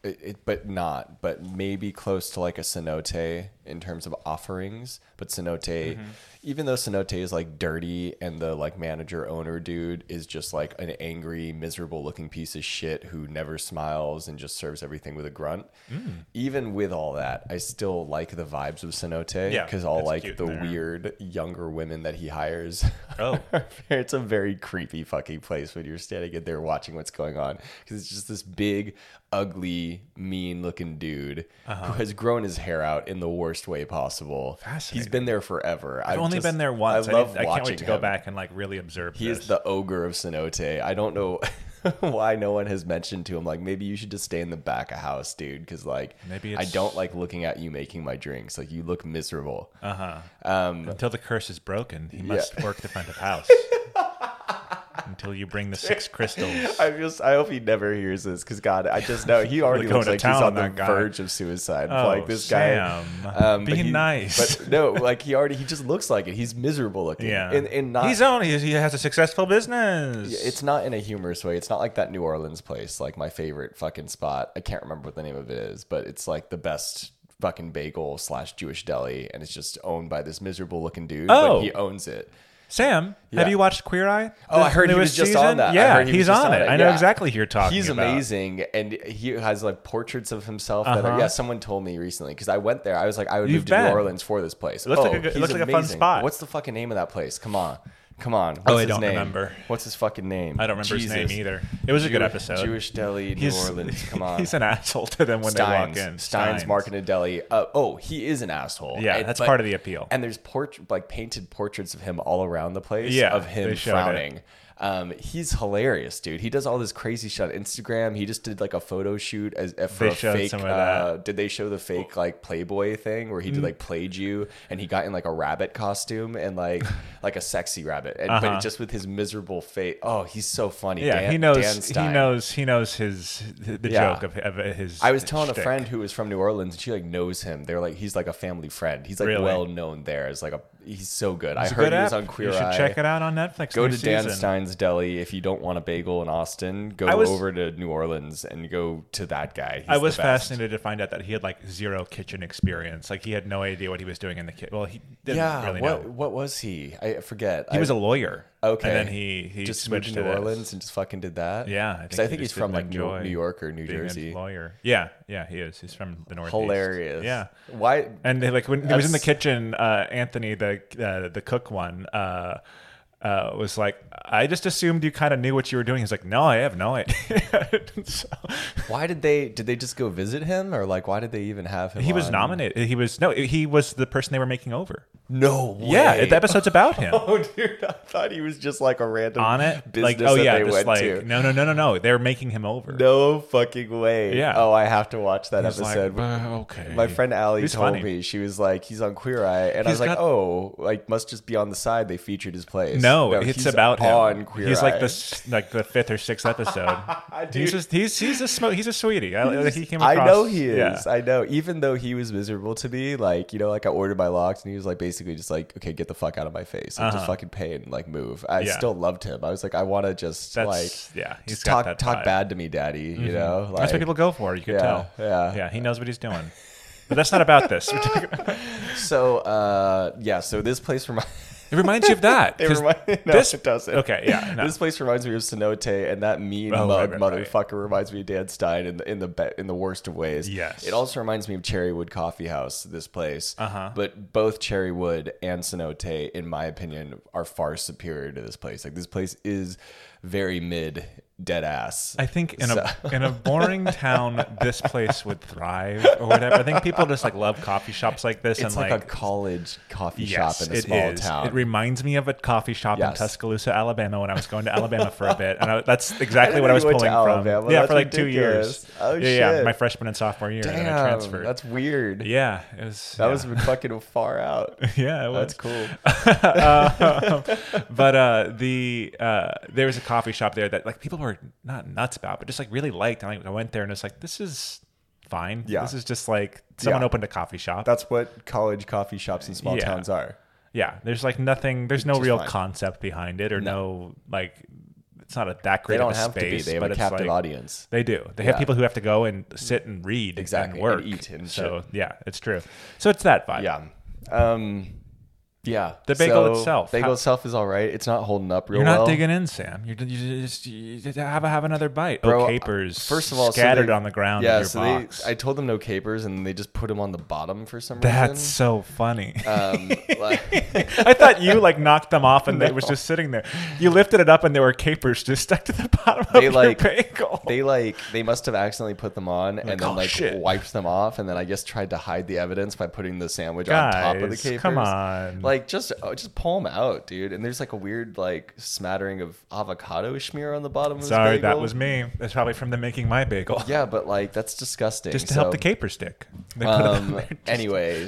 Speaker 2: it, it but not, but maybe close to like a cenote in terms of offerings, but cenote
Speaker 1: Mm-hmm.
Speaker 2: even though cenote is like dirty and the like manager owner dude is just like an angry, miserable looking piece of shit who never smiles and just serves everything with a grunt.
Speaker 1: Mm.
Speaker 2: Even with all that, I still like the vibes of cenote
Speaker 1: Yeah,
Speaker 2: cuz all
Speaker 1: it's
Speaker 2: like
Speaker 1: cute
Speaker 2: the
Speaker 1: in there.
Speaker 2: weird weird younger women that he hires.
Speaker 1: Oh.
Speaker 2: it's a very creepy fucking place when you're standing in there watching what's going on because it's just
Speaker 1: Uh-huh.
Speaker 2: this big, ugly, mean looking dude who has grown his hair out in the worst worst way possible. He's
Speaker 1: Fascinating.
Speaker 2: been there forever.
Speaker 1: I've only
Speaker 2: just-
Speaker 1: been there once.
Speaker 2: I
Speaker 1: I,
Speaker 2: love
Speaker 1: need- I can't
Speaker 2: watching
Speaker 1: wait to go
Speaker 2: him.
Speaker 1: back and like really observe.
Speaker 2: He
Speaker 1: this.
Speaker 2: is the ogre of cenote. I don't know why no one has mentioned to him like maybe you should just stay in the back of house, dude, because like
Speaker 1: Maybe
Speaker 2: I
Speaker 1: it's-
Speaker 2: don't like looking at you making my drinks. Like you look miserable.
Speaker 1: uh huh.
Speaker 2: Um,
Speaker 1: Until the curse is broken, he must work the front of house. Until you bring the six crystals.
Speaker 2: I just I hope he never hears this because God, I just know he already
Speaker 1: going
Speaker 2: looks
Speaker 1: to
Speaker 2: like he's
Speaker 1: town
Speaker 2: on
Speaker 1: on
Speaker 2: the
Speaker 1: that guy.
Speaker 2: verge of suicide.
Speaker 1: Oh,
Speaker 2: like this
Speaker 1: Sam,
Speaker 2: guy, um,
Speaker 1: be
Speaker 2: but he-
Speaker 1: nice.
Speaker 2: But no, like he already he just looks like it. He's miserable looking.
Speaker 1: Yeah,
Speaker 2: and, and not.
Speaker 1: he's own. He he has a successful business.
Speaker 2: it's not in a humorous way. It's not like that New Orleans place, like my favorite fucking spot. I can't remember what the name of it is, but it's like the best fucking bagel slash Jewish deli, and it's just owned by this miserable looking dude.
Speaker 1: Oh.
Speaker 2: but he owns it.
Speaker 1: Sam.
Speaker 2: Yeah.
Speaker 1: Have you watched Queer Eye?
Speaker 2: Oh,
Speaker 1: The
Speaker 2: I heard he
Speaker 1: newest
Speaker 2: was just on that. I
Speaker 1: Yeah,
Speaker 2: heard he was
Speaker 1: he's
Speaker 2: just
Speaker 1: on it. I know
Speaker 2: Yeah.
Speaker 1: exactly who you're talking
Speaker 2: He's
Speaker 1: about.
Speaker 2: amazing, and he has like portraits of himself. That
Speaker 1: Uh-huh.
Speaker 2: are, yeah, someone told me recently because I went there. I was like, I would
Speaker 1: You've
Speaker 2: move to
Speaker 1: been.
Speaker 2: New Orleans for this place.
Speaker 1: looks
Speaker 2: oh,
Speaker 1: like a good- it
Speaker 2: he's
Speaker 1: looks like a fun
Speaker 2: amazing.
Speaker 1: spot.
Speaker 2: What's the fucking name of that place? Come on, come on. What's
Speaker 1: Oh, I
Speaker 2: his
Speaker 1: don't
Speaker 2: name?
Speaker 1: remember.
Speaker 2: What's his fucking name?
Speaker 1: I don't remember his
Speaker 2: Jesus.
Speaker 1: name either. It was a good
Speaker 2: Jew-
Speaker 1: episode.
Speaker 2: Jewish deli, New
Speaker 1: he's,
Speaker 2: Orleans. Come on.
Speaker 1: He's an asshole to them when
Speaker 2: Steins,
Speaker 1: they walk in.
Speaker 2: Steins, Market and Deli. Uh, oh, he is an asshole.
Speaker 1: Yeah,
Speaker 2: And-
Speaker 1: that's
Speaker 2: but-
Speaker 1: part of the appeal.
Speaker 2: And there's port like painted portraits of him all around the place.
Speaker 1: Yeah,
Speaker 2: of him
Speaker 1: they showed it.
Speaker 2: frowning. Um, he's hilarious, dude. He does all this crazy shit on Instagram. He just did like a photo shoot as uh, for
Speaker 1: They
Speaker 2: a
Speaker 1: showed
Speaker 2: fake.
Speaker 1: some of Mm.
Speaker 2: Uh, did they show the fake like Playboy thing where he did like played you and he got in like a rabbit costume and like like a sexy rabbit, and,
Speaker 1: Uh-huh.
Speaker 2: but just with his miserable face. Oh, he's so funny.
Speaker 1: Yeah,
Speaker 2: Dan-
Speaker 1: he
Speaker 2: Dan
Speaker 1: knows. He
Speaker 2: Stein.
Speaker 1: knows. He knows his the
Speaker 2: Yeah.
Speaker 1: joke of, of his.
Speaker 2: I was telling a
Speaker 1: shtick.
Speaker 2: friend who was from New Orleans, and she like knows him. They're like, he's like a family friend. He's like
Speaker 1: Really?
Speaker 2: well known there. As like a, he's so good.
Speaker 1: It's a
Speaker 2: I heard
Speaker 1: good
Speaker 2: he was
Speaker 1: app.
Speaker 2: on Queer
Speaker 1: You should
Speaker 2: Eye.
Speaker 1: check it out on Netflix.
Speaker 2: Go
Speaker 1: new
Speaker 2: to Dan
Speaker 1: season.
Speaker 2: Stein's Deli if you don't want a bagel in Austin. Go
Speaker 1: I was-
Speaker 2: over to New Orleans and go to that guy. He's
Speaker 1: I
Speaker 2: the
Speaker 1: was
Speaker 2: best.
Speaker 1: fascinated to find out that he had like zero kitchen experience. Like he had no idea what he was doing in the kitchen. Well, he didn't
Speaker 2: Yeah,
Speaker 1: really
Speaker 2: what
Speaker 1: know.
Speaker 2: what was he? I forget.
Speaker 1: He was a lawyer.
Speaker 2: okay.
Speaker 1: and then he he
Speaker 2: just moved
Speaker 1: switched
Speaker 2: to New
Speaker 1: this,
Speaker 2: Orleans and just fucking did that.
Speaker 1: Yeah, I
Speaker 2: because
Speaker 1: think
Speaker 2: I
Speaker 1: he
Speaker 2: think he's
Speaker 1: just
Speaker 2: from like
Speaker 1: didn't
Speaker 2: New,
Speaker 1: enjoy
Speaker 2: New York or New
Speaker 1: being a
Speaker 2: Jersey.
Speaker 1: lawyer. Yeah, yeah, he is. He's from the northeast.
Speaker 2: Hilarious.
Speaker 1: Yeah.
Speaker 2: Why?
Speaker 1: And they, like when he was in the
Speaker 2: That's-
Speaker 1: kitchen, uh, Anthony, the uh, the cook one, uh, uh, was like, "I just assumed you kind of knew what you were doing." He's like, "No, I have no idea." so,
Speaker 2: Why did they? Did they just go visit him, or like why did they even have him?
Speaker 1: he was
Speaker 2: on?
Speaker 1: nominated. He was no, he was the person they were making over.
Speaker 2: No way.
Speaker 1: Yeah, the episode's about him.
Speaker 2: Oh, dude, I thought he was just like a random
Speaker 1: on it.
Speaker 2: business
Speaker 1: Like, oh
Speaker 2: that
Speaker 1: yeah,
Speaker 2: they
Speaker 1: just
Speaker 2: went
Speaker 1: like
Speaker 2: to.
Speaker 1: no, no, no, no, no. They're making him over.
Speaker 2: No fucking way.
Speaker 1: Yeah.
Speaker 2: Oh, I have to watch that
Speaker 1: He's like,
Speaker 2: episode.
Speaker 1: "Well, okay.
Speaker 2: My friend Allie
Speaker 1: He's
Speaker 2: told
Speaker 1: funny.
Speaker 2: me she was like, he's on Queer Eye, and I was
Speaker 1: He's
Speaker 2: like,
Speaker 1: got-
Speaker 2: oh, like must just be on the side. They featured his place.
Speaker 1: No, it's
Speaker 2: he's
Speaker 1: about him.
Speaker 2: on Queer
Speaker 1: he's like
Speaker 2: Eye.
Speaker 1: the s- like the fifth or sixth episode.
Speaker 2: Dude.
Speaker 1: he's just he's he's a smo- he's a sweetie. I, like, he came
Speaker 2: I
Speaker 1: across,
Speaker 2: know he is.
Speaker 1: yeah.
Speaker 2: I know. Even though he was miserable to me, like you know, like I ordered my locks, and he was like basically just like, "Okay, get the fuck out of my face, like, just fucking pay and like move." I
Speaker 1: Uh-huh. Yeah.
Speaker 2: still loved him. I was like, I want to just
Speaker 1: That's
Speaker 2: like
Speaker 1: yeah. He's
Speaker 2: just
Speaker 1: got
Speaker 2: talk
Speaker 1: that
Speaker 2: talk
Speaker 1: vibe. Mm-hmm.
Speaker 2: bad to me, daddy. You know, like,
Speaker 1: that's what people go for. You can
Speaker 2: Yeah,
Speaker 1: tell.
Speaker 2: yeah.
Speaker 1: yeah. He knows what he's doing. But that's not about this. We're talking-
Speaker 2: so uh, yeah. So this place reminds.
Speaker 1: It reminds you of that.
Speaker 2: It
Speaker 1: 'cause
Speaker 2: remind- no,
Speaker 1: this-
Speaker 2: it doesn't.
Speaker 1: Okay, yeah. no.
Speaker 2: This place reminds me of Cenote, and that mean
Speaker 1: Oh,
Speaker 2: mug
Speaker 1: right, right, right.
Speaker 2: motherfucker reminds me of Dan Stein in the in the be- in the worst of ways.
Speaker 1: Yes.
Speaker 2: it also reminds me of Cherrywood Coffee House. This place, uh-huh. but both Cherrywood and Cenote, in my opinion, are far superior to this place. Like this place is very mid, dead ass.
Speaker 1: I think in a in a boring town, this place would thrive or whatever. I think people just like love coffee shops like this and
Speaker 2: it's like, a college coffee shop in a
Speaker 1: it
Speaker 2: small
Speaker 1: is.
Speaker 2: town.
Speaker 1: It reminds me of a coffee shop in
Speaker 2: Yes.
Speaker 1: Tuscaloosa, Alabama, when I was going to Alabama for a bit, and I, that's exactly what I
Speaker 2: know
Speaker 1: was
Speaker 2: you went
Speaker 1: pulling
Speaker 2: to
Speaker 1: from.
Speaker 2: Alabama.
Speaker 1: Yeah,
Speaker 2: That's
Speaker 1: for like two
Speaker 2: ridiculous.
Speaker 1: years.
Speaker 2: Oh,
Speaker 1: yeah, yeah,
Speaker 2: shit.
Speaker 1: my freshman and sophomore year, and then I
Speaker 2: Damn,
Speaker 1: transferred.
Speaker 2: that's weird.
Speaker 1: yeah, it was.
Speaker 2: That
Speaker 1: yeah.
Speaker 2: was fucking far out.
Speaker 1: yeah, it was.
Speaker 2: That's cool.
Speaker 1: but uh, the uh, there was a coffee shop there that like people were not nuts about, but just like really liked. And like, I went there and it's like, this is fine.
Speaker 2: Yeah.
Speaker 1: this is just like someone
Speaker 2: Yeah.
Speaker 1: opened a coffee shop.
Speaker 2: That's what college coffee shops in small
Speaker 1: Yeah.
Speaker 2: towns are.
Speaker 1: yeah, there's like nothing. There's no
Speaker 2: Just
Speaker 1: real
Speaker 2: fine.
Speaker 1: concept behind it, or no, like it's not a that great.
Speaker 2: They don't
Speaker 1: of a
Speaker 2: have to be.
Speaker 1: space,
Speaker 2: They have
Speaker 1: but
Speaker 2: a
Speaker 1: it's,
Speaker 2: captive
Speaker 1: like-
Speaker 2: audience.
Speaker 1: They do. They
Speaker 2: Yeah.
Speaker 1: have people who have to go and sit and read
Speaker 2: Exactly,
Speaker 1: and
Speaker 2: and
Speaker 1: work,
Speaker 2: eat and
Speaker 1: so yeah, it's true. So it's that vibe.
Speaker 2: Yeah. Um, Yeah,
Speaker 1: The bagel itself,
Speaker 2: Bagel
Speaker 1: how-
Speaker 2: itself is all right. It's not holding up real
Speaker 1: You're not
Speaker 2: well.
Speaker 1: digging in, Sam. You're, you just you just have have another bite.
Speaker 2: Bro,
Speaker 1: oh, capers.
Speaker 2: First of all, so
Speaker 1: scattered
Speaker 2: they-
Speaker 1: on the ground
Speaker 2: Yeah,
Speaker 1: in your
Speaker 2: so
Speaker 1: box.
Speaker 2: They, I told them no capers, and they just put them on the bottom for some
Speaker 1: That's
Speaker 2: reason.
Speaker 1: so funny.
Speaker 2: Um, like-
Speaker 1: I thought you like knocked them off and they was just sitting there. You lifted it up and there were capers just stuck to the bottom
Speaker 2: They,
Speaker 1: of
Speaker 2: like-
Speaker 1: your bagel.
Speaker 2: they like they must have accidentally put them on and then
Speaker 1: "Oh,
Speaker 2: like
Speaker 1: shit."
Speaker 2: wiped them off and then I guess tried to hide the evidence by putting the sandwich on top of the
Speaker 1: Guys,
Speaker 2: capers.
Speaker 1: come on.
Speaker 2: Like just oh, just pull them out, dude. And there's like a weird like smattering of avocado smear on the bottom of
Speaker 1: Sorry,
Speaker 2: his bagel.
Speaker 1: that was me. That's probably from the making my bagel.
Speaker 2: Yeah, but like that's disgusting.
Speaker 1: Just to help
Speaker 2: So,
Speaker 1: the caper stick. They put it on
Speaker 2: Um,
Speaker 1: there just-
Speaker 2: anyway,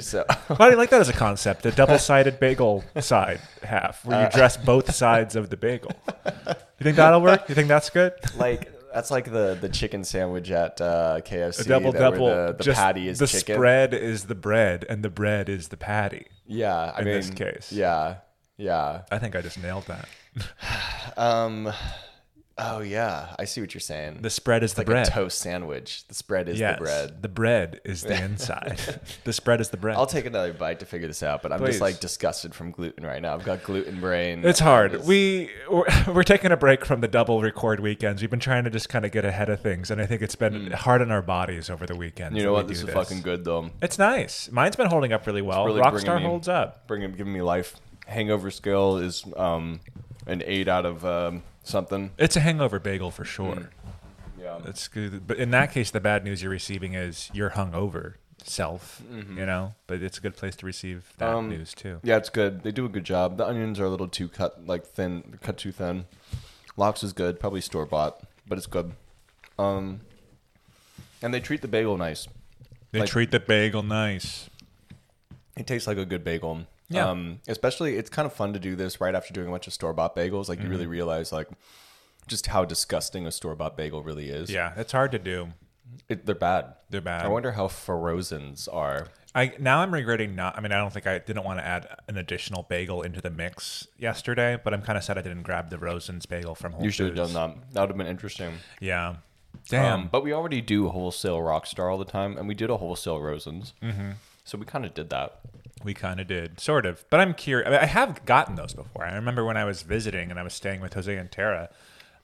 Speaker 2: so
Speaker 1: Why do you like that as a concept? The double-sided bagel side half, where
Speaker 2: Uh,
Speaker 1: you dress both sides of the bagel. You think that'll work? You think that's good?
Speaker 2: like that's like the the chicken sandwich at uh, KFC.
Speaker 1: A double
Speaker 2: that where
Speaker 1: double.
Speaker 2: The, the
Speaker 1: just
Speaker 2: patty is
Speaker 1: the
Speaker 2: chicken.
Speaker 1: spread is the bread, and the bread is the patty.
Speaker 2: Yeah, I
Speaker 1: in
Speaker 2: mean,
Speaker 1: this case.
Speaker 2: Yeah, yeah.
Speaker 1: I think I just nailed that.
Speaker 2: Um. Oh yeah, I see what you're saying.
Speaker 1: The spread is the
Speaker 2: like
Speaker 1: bread.
Speaker 2: a toast sandwich. The spread is
Speaker 1: Yes,
Speaker 2: the bread.
Speaker 1: The bread is the inside. the spread is the bread.
Speaker 2: I'll take another bite to figure this out, but I'm
Speaker 1: Please.
Speaker 2: just like disgusted from gluten right now. I've got gluten brain.
Speaker 1: It's hard.
Speaker 2: It's-
Speaker 1: We we're, we're taking a break from the double record weekends. We've been trying to just kind of get ahead of things, and I think it's been hard on our bodies over the weekend.
Speaker 2: Hmm. you know what? This is fucking good though.
Speaker 1: It's nice. Mine's been holding up really well.
Speaker 2: really
Speaker 1: Rockstar
Speaker 2: bringing me-
Speaker 1: holds up.
Speaker 2: Bringing, giving me life. Hangover scale is um an eight out of um, something.
Speaker 1: It's a hangover bagel for sure.
Speaker 2: Mm. Yeah.
Speaker 1: It's good, but in that case, the bad news you're receiving is you're hungover self. You know, but it's a good place to receive that
Speaker 2: Mm-hmm. Um,
Speaker 1: news too.
Speaker 2: Yeah, it's good. They do a good job. The onions are a little too cut, like thin, cut too thin. Lox is good, probably store bought, but it's good. Um, and they treat the bagel nice.
Speaker 1: They
Speaker 2: like-
Speaker 1: treat the bagel nice.
Speaker 2: It tastes like a good bagel.
Speaker 1: Yeah.
Speaker 2: Um, especially, it's kind of fun to do this right after doing a bunch of store bought bagels. Like you
Speaker 1: Mm-hmm.
Speaker 2: really realize, like, just how disgusting a store bought bagel really is.
Speaker 1: Yeah, it's hard to do.
Speaker 2: It, they're bad.
Speaker 1: They're bad.
Speaker 2: I wonder how Ferozens are.
Speaker 1: I now I'm regretting not. I mean, I don't think I didn't want to add an additional bagel into the mix yesterday, but I'm kind of sad I didn't grab the Rosen's bagel from Whole
Speaker 2: You should have
Speaker 1: Foods.
Speaker 2: done that. That would have been interesting.
Speaker 1: Yeah, damn.
Speaker 2: Um, but we already do wholesale Rockstar all the time, and we did a wholesale Rosens. Mm-hmm. So we kind of did that.
Speaker 1: we kind of did, sort of. But I'm curious. I, mean, I have gotten those before. I remember when I was visiting and I was staying with Jose and Tara.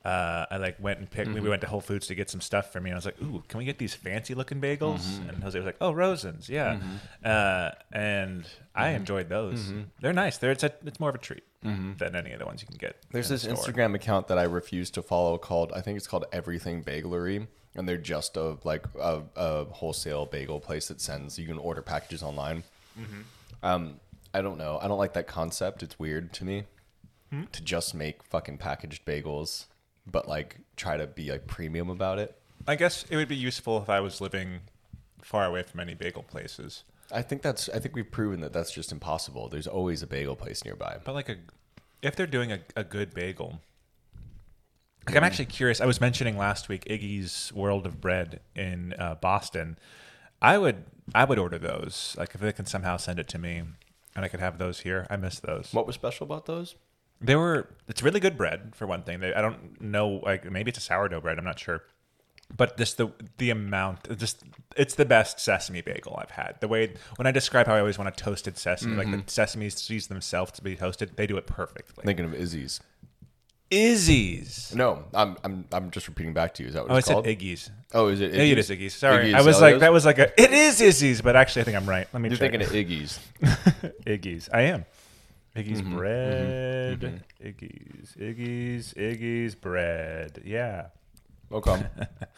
Speaker 1: Uh, I like went and picked.
Speaker 2: Mm-hmm.
Speaker 1: We went to Whole Foods to get some stuff for me, and I was like, "Ooh, can we get these fancy looking bagels?"
Speaker 2: Mm-hmm.
Speaker 1: And Jose was like, "Oh, Rosen's, yeah." Uh, and I
Speaker 2: Mm-hmm.
Speaker 1: enjoyed those. They're nice. They're it's, a, it's more of a treat than any of the ones you can get.
Speaker 2: There's
Speaker 1: in
Speaker 2: this
Speaker 1: the store.
Speaker 2: Instagram account that I refuse to follow called I think it's called Everything Baglery, and they're just a like a, a wholesale bagel place that sends you can order packages online. Um, I don't know. I don't like that concept. It's weird to me to just make fucking packaged bagels, but like try to be like premium about it.
Speaker 1: I guess it would be useful if I was living far away from any bagel places,
Speaker 2: I think that's. I think we've proven that that's just impossible. There's always a bagel place nearby.
Speaker 1: but like a if they're doing a, a good bagel. Like I'm actually curious. I was mentioning last week Iggy's World of Bread in uh, Boston. I would I would order those. Like if they can somehow send it to me, and I could have those here. I miss those.
Speaker 2: What was special about those?
Speaker 1: They were. It's really good bread for one thing. They, I don't know. Like maybe it's a sourdough bread. I'm not sure. But this the the amount just it's the best sesame bagel I've had. The way when I describe how I always want a toasted sesame, like the sesame seeds themselves to be toasted, they do it perfectly.
Speaker 2: Thinking of Izzy's.
Speaker 1: Izzy's.
Speaker 2: No, I'm I'm I'm just repeating back to you. Is that what
Speaker 1: Oh, I
Speaker 2: it's
Speaker 1: said
Speaker 2: called?
Speaker 1: Iggy's.
Speaker 2: Oh, is it?
Speaker 1: Yeah, it
Speaker 2: Iggy's?
Speaker 1: is Iggy's. Sorry,
Speaker 2: Iggy's
Speaker 1: I was like
Speaker 2: Zellos?
Speaker 1: that was like a it is Izzy's, but actually I think I'm right. Let me
Speaker 2: You're
Speaker 1: check.
Speaker 2: thinking of Iggy's.
Speaker 1: Iggy's. I am. Iggy's
Speaker 2: Mm-hmm.
Speaker 1: bread. Iggy's. Iggy's. Iggy's bread. Yeah.
Speaker 2: Okay,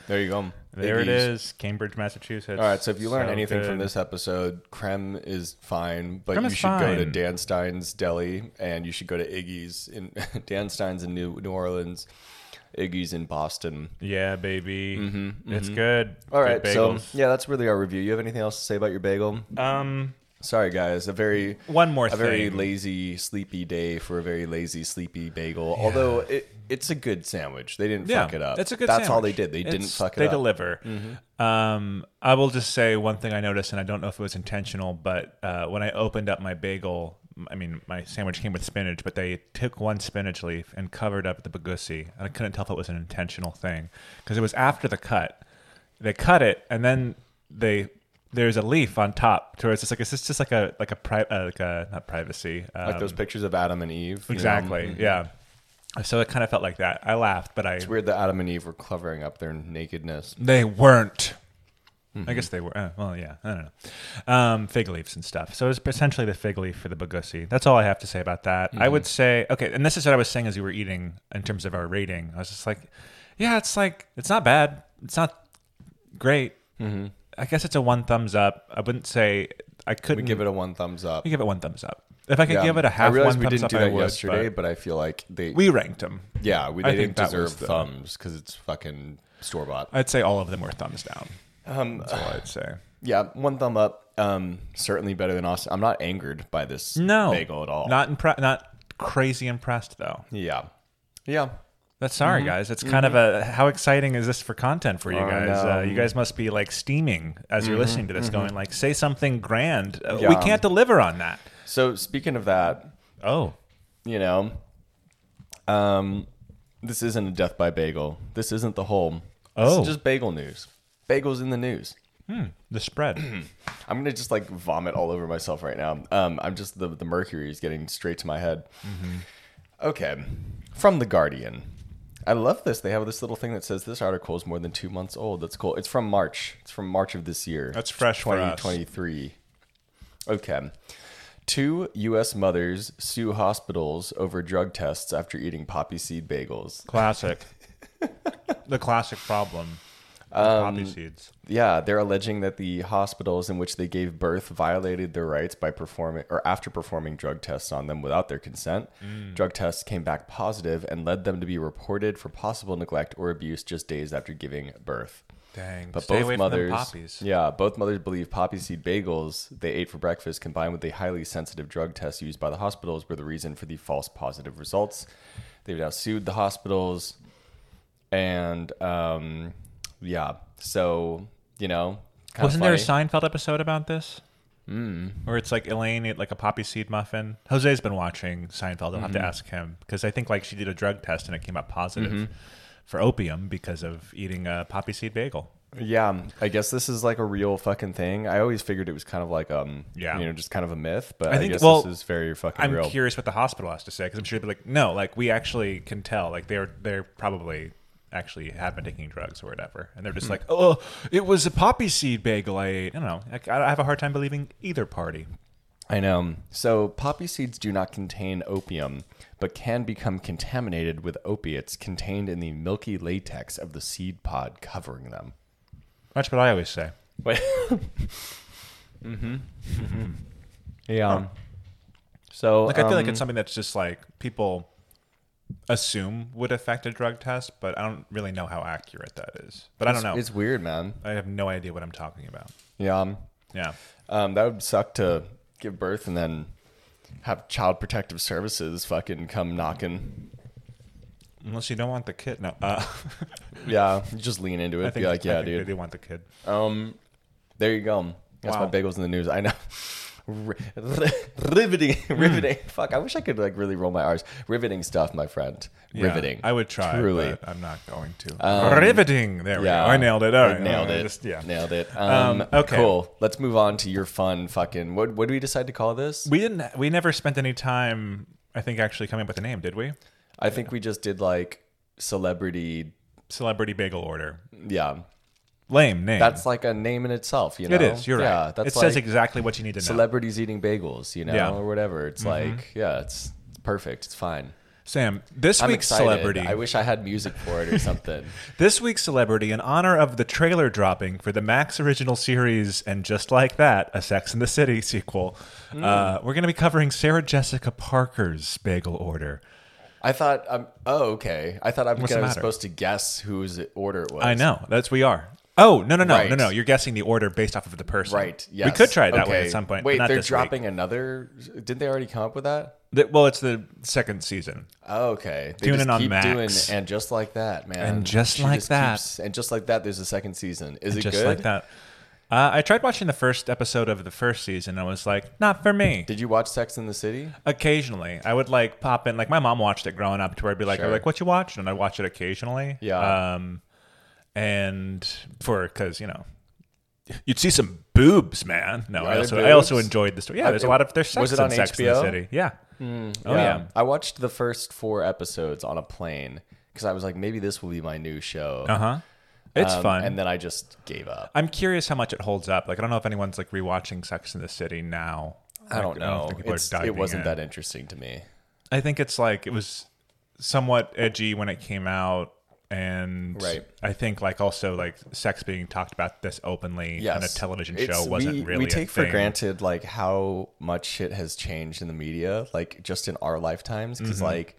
Speaker 2: there you go.
Speaker 1: There it
Speaker 2: Iggy's.
Speaker 1: is, Cambridge, Massachusetts.
Speaker 2: All right, so if you learn anything from
Speaker 1: good.
Speaker 2: this episode, creme is fine, but
Speaker 1: Creme
Speaker 2: you
Speaker 1: is
Speaker 2: should go to
Speaker 1: fine.
Speaker 2: Dan Stein's deli and you should go to Iggy's in Dan Stein's in New New Orleans, Iggy's in Boston.
Speaker 1: yeah, baby, it's good.
Speaker 2: Mm-hmm, All
Speaker 1: Good
Speaker 2: right, so
Speaker 1: bagels.
Speaker 2: yeah, that's really our review. You have anything else to say about your bagel?
Speaker 1: um,
Speaker 2: Sorry, guys. A very
Speaker 1: one more
Speaker 2: a
Speaker 1: thing.
Speaker 2: very lazy, sleepy day for a very lazy, sleepy bagel. Although it, it's a good sandwich. They didn't fuck it up.
Speaker 1: It's a good.
Speaker 2: That's all they
Speaker 1: sandwich.
Speaker 2: did. They didn't
Speaker 1: It's-
Speaker 2: fuck it
Speaker 1: they
Speaker 2: up. Mm-hmm.
Speaker 1: deliver. Um, I will just say one thing I noticed, and I don't know if it was intentional, but uh, when I opened up my bagel, I mean, my sandwich came with spinach, but they took one spinach leaf and covered up the bagussi, and I couldn't tell if it was an intentional thing because it was after the cut. They cut it, and then they there's a leaf on top to where it's just like it's just, just like a like a pri- uh, like a not privacy um,
Speaker 2: like those pictures of Adam and Eve. you know? mm-hmm.
Speaker 1: exactly yeah. So it kind of felt like that. I laughed, but I
Speaker 2: It's weird that Adam and Eve were covering up their nakedness.
Speaker 1: They weren't.
Speaker 2: Mm-hmm.
Speaker 1: I guess they were. Uh, well, yeah, I don't know. Um, fig leaves and stuff. So it was essentially the fig leaf for the Bagussi. That's all I have to say about that. I
Speaker 2: Mm-hmm.
Speaker 1: would say, okay, and this is what I was saying as we were eating in terms of our rating. I was just like, yeah, it's like, it's not bad. It's not great. I guess it's a one thumbs up. I wouldn't say, I couldn't
Speaker 2: Mm-hmm. We give it a one thumbs up.
Speaker 1: Mm. we give it one thumbs up. If I could
Speaker 2: Yeah.
Speaker 1: give it a half
Speaker 2: I realize
Speaker 1: one
Speaker 2: we
Speaker 1: thumbs
Speaker 2: didn't
Speaker 1: up,
Speaker 2: do
Speaker 1: I
Speaker 2: that
Speaker 1: would,
Speaker 2: yesterday,
Speaker 1: but
Speaker 2: but I feel like they
Speaker 1: we ranked them.
Speaker 2: yeah we
Speaker 1: I
Speaker 2: they didn't
Speaker 1: think that was
Speaker 2: deserve
Speaker 1: the-
Speaker 2: thumbs because it's fucking store bought.
Speaker 1: I'd say all of them were thumbs down.
Speaker 2: Um,
Speaker 1: That's all I'd say.
Speaker 2: Yeah, one thumb up. Um, certainly better than Austin. I'm not angered by this
Speaker 1: No
Speaker 2: bagel at all.
Speaker 1: Not impre- not crazy impressed though.
Speaker 2: yeah, yeah.
Speaker 1: That's sorry,
Speaker 2: Mm-hmm.
Speaker 1: guys. It's kind of a how exciting is this for content for you
Speaker 2: I
Speaker 1: guys?
Speaker 2: know.
Speaker 1: Uh, you guys must be like steaming as
Speaker 2: Mm-hmm.
Speaker 1: you're listening to this, going like, "Say something grand." Uh, We
Speaker 2: Yeah.
Speaker 1: can't deliver on that.
Speaker 2: So speaking of that,
Speaker 1: Oh,
Speaker 2: you know, um, this isn't a death by bagel. This isn't the whole. this
Speaker 1: Oh.
Speaker 2: is just bagel news. Bagels in the news.
Speaker 1: the spread.
Speaker 2: I'm gonna just like vomit all over myself right now. Um, I'm just the the mercury is getting straight to my head.
Speaker 1: Mm-hmm.
Speaker 2: Okay, from the Guardian. I love this. They have this little thing that says this article is more than two months old. That's cool. It's from March. It's from March of this year.
Speaker 1: That's fresh for us.
Speaker 2: 2023. Okay. Two U.S. mothers sue hospitals over drug tests after eating poppy seed bagels.
Speaker 1: classic. the classic problem. The
Speaker 2: Um,
Speaker 1: poppy seeds.
Speaker 2: Yeah, they're alleging that the hospitals in which they gave birth violated their rights by performing or after performing drug tests on them without their consent. Drug tests came back positive and led them to be reported for possible neglect or abuse just days after giving birth.
Speaker 1: Dang.
Speaker 2: But
Speaker 1: Stay
Speaker 2: both
Speaker 1: away
Speaker 2: mothers,
Speaker 1: from them poppies.
Speaker 2: yeah, both mothers believe poppy seed bagels they ate for breakfast, combined with the highly sensitive drug tests used by the hospitals, were the reason for the false positive results. They've now sued the hospitals, and um, yeah, so you know, kinda
Speaker 1: Wasn't there a
Speaker 2: funny. Hmm.
Speaker 1: Seinfeld episode about this? Mm. Where it's like Elaine ate like a poppy seed muffin. Jose's been watching Seinfeld. I'll have to
Speaker 2: Mm-hmm.
Speaker 1: ask him because I think like she did a drug test and it came out positive
Speaker 2: Mm-hmm.
Speaker 1: for opium because of eating a poppy seed bagel.
Speaker 2: Yeah, I guess this is like a real fucking thing. I always figured it was kind of like um,
Speaker 1: Yeah.
Speaker 2: you know, just kind of a myth, but I,
Speaker 1: I think-
Speaker 2: guess
Speaker 1: well,
Speaker 2: this is very fucking
Speaker 1: I'm
Speaker 2: real.
Speaker 1: curious what the hospital has to say because I'm sure they'll be like, no, like we actually can tell. Like they're they're probably actually have been taking drugs or whatever, and they're just
Speaker 2: Mm.
Speaker 1: like, oh, it was a poppy seed bagel I ate. I don't know. Like, I I have a hard time believing either party.
Speaker 2: I know. So, poppy seeds do not contain opium, but can become contaminated with opiates contained in the milky latex of the seed pod covering them.
Speaker 1: That's what I always say.
Speaker 2: Wait. mm-hmm. Yeah. So,
Speaker 1: Like I feel like
Speaker 2: um,
Speaker 1: it's something that's just like people assume would affect a drug test, but I don't really know how accurate that is. But I don't know.
Speaker 2: It's weird, man.
Speaker 1: I have no idea what I'm talking about.
Speaker 2: Yeah.
Speaker 1: Yeah.
Speaker 2: Um, that would suck to give birth and then have child protective services fucking come knocking.
Speaker 1: Unless you don't want the kid. No. Uh,
Speaker 2: Yeah. you Just lean into it.
Speaker 1: I think,
Speaker 2: be like,
Speaker 1: I
Speaker 2: yeah,
Speaker 1: think
Speaker 2: dude.
Speaker 1: they do want the kid.
Speaker 2: Um, there you go. That's
Speaker 1: Wow.
Speaker 2: my bagels in the news. I know. Ri- riveting,
Speaker 1: Hmm.
Speaker 2: riveting. Fuck, I wish I could like really roll my R's. Riveting stuff, my friend.
Speaker 1: Yeah,
Speaker 2: riveting.
Speaker 1: I would try.
Speaker 2: Truly.
Speaker 1: But I'm not going to. Riveting. There we go. I nailed it. All
Speaker 2: You
Speaker 1: right.
Speaker 2: nailed
Speaker 1: All right.
Speaker 2: it.
Speaker 1: Just- yeah.
Speaker 2: nailed it. Um,
Speaker 1: Um, okay.
Speaker 2: cool. Let's move on to your fun fucking. What what do we decide to call this?
Speaker 1: We didn't. We never spent any time. I think actually coming up with a name, did we?
Speaker 2: I think we just did like celebrity.
Speaker 1: Celebrity bagel order.
Speaker 2: Yeah,
Speaker 1: Lame name.
Speaker 2: that's like a name in itself. You know,
Speaker 1: it is. You're
Speaker 2: Yeah,
Speaker 1: right.
Speaker 2: that's
Speaker 1: it
Speaker 2: like
Speaker 1: says exactly what you need to know.
Speaker 2: celebrities eating bagels. You know,
Speaker 1: Yeah. Mm-hmm.
Speaker 2: or whatever. It's like yeah, it's perfect. It's fine.
Speaker 1: Sam, this
Speaker 2: I'm
Speaker 1: week's
Speaker 2: excited.
Speaker 1: celebrity.
Speaker 2: I wish I had music for it or something.
Speaker 1: This week's celebrity, in honor of the trailer dropping for the Max original series, and just like that, a Sex in the City sequel,
Speaker 2: Mm.
Speaker 1: uh, we're going to be covering Sarah Jessica Parker's bagel order.
Speaker 2: I thought, um, oh, okay. I thought I'm
Speaker 1: the
Speaker 2: gonna,
Speaker 1: matter?
Speaker 2: supposed to guess whose order it was.
Speaker 1: I know that's we are. Oh no no no
Speaker 2: Right.
Speaker 1: no no! You're guessing the order based off of the person.
Speaker 2: Right. Yes.
Speaker 1: Yeah. We could try it that way
Speaker 2: Okay.
Speaker 1: at some point. but
Speaker 2: Wait,
Speaker 1: not
Speaker 2: they're
Speaker 1: this week.
Speaker 2: dropping another. Didn't they already come up with that?
Speaker 1: The- well, it's the second season.
Speaker 2: Oh, okay. They
Speaker 1: Tune
Speaker 2: just
Speaker 1: in on
Speaker 2: keep
Speaker 1: Max.
Speaker 2: doing and just like that, man.
Speaker 1: And Just Like That.
Speaker 2: keeps- and just like that, there's a second season. Is it
Speaker 1: just
Speaker 2: good?
Speaker 1: like that. Uh, I tried watching the first episode of the first season. and I was like, not for me.
Speaker 2: Did you watch Sex in the City?
Speaker 1: Occasionally, I would like pop in. Like my mom watched it growing up, to where I'd be like,
Speaker 2: Sure.
Speaker 1: "I'm like, what you watching?" And I watch it occasionally.
Speaker 2: Yeah.
Speaker 1: Um, and for because you know, you'd see some boobs, man. No, I
Speaker 2: there
Speaker 1: also I also
Speaker 2: boobs?
Speaker 1: enjoyed the story. Yeah,
Speaker 2: Uh,
Speaker 1: there's a
Speaker 2: it-
Speaker 1: lot of there's sex
Speaker 2: was it
Speaker 1: and
Speaker 2: on
Speaker 1: sex in the
Speaker 2: HBO?
Speaker 1: city. Yeah.
Speaker 2: Hmm.
Speaker 1: oh yeah.
Speaker 2: I watched the first four episodes on a plane because I was like, maybe this will be my new show.
Speaker 1: Uh huh. It's
Speaker 2: Um,
Speaker 1: fun.
Speaker 2: And then I just gave up.
Speaker 1: I'm curious how much it holds up. Like I don't know if anyone's like rewatching Sex in the City now.
Speaker 2: I
Speaker 1: Like,
Speaker 2: don't know.
Speaker 1: think people are
Speaker 2: It's,
Speaker 1: diving
Speaker 2: it wasn't
Speaker 1: in.
Speaker 2: that interesting to me.
Speaker 1: I think it's like it was somewhat edgy when it came out, and
Speaker 2: Right.
Speaker 1: I think like also like sex being talked about this openly in a
Speaker 2: Yes.
Speaker 1: television show
Speaker 2: It's-
Speaker 1: wasn't
Speaker 2: we,
Speaker 1: really.
Speaker 2: We
Speaker 1: a
Speaker 2: take for
Speaker 1: thing.
Speaker 2: granted like how much shit has changed in the media, like just in our lifetimes. Because
Speaker 1: Mm-hmm.
Speaker 2: like,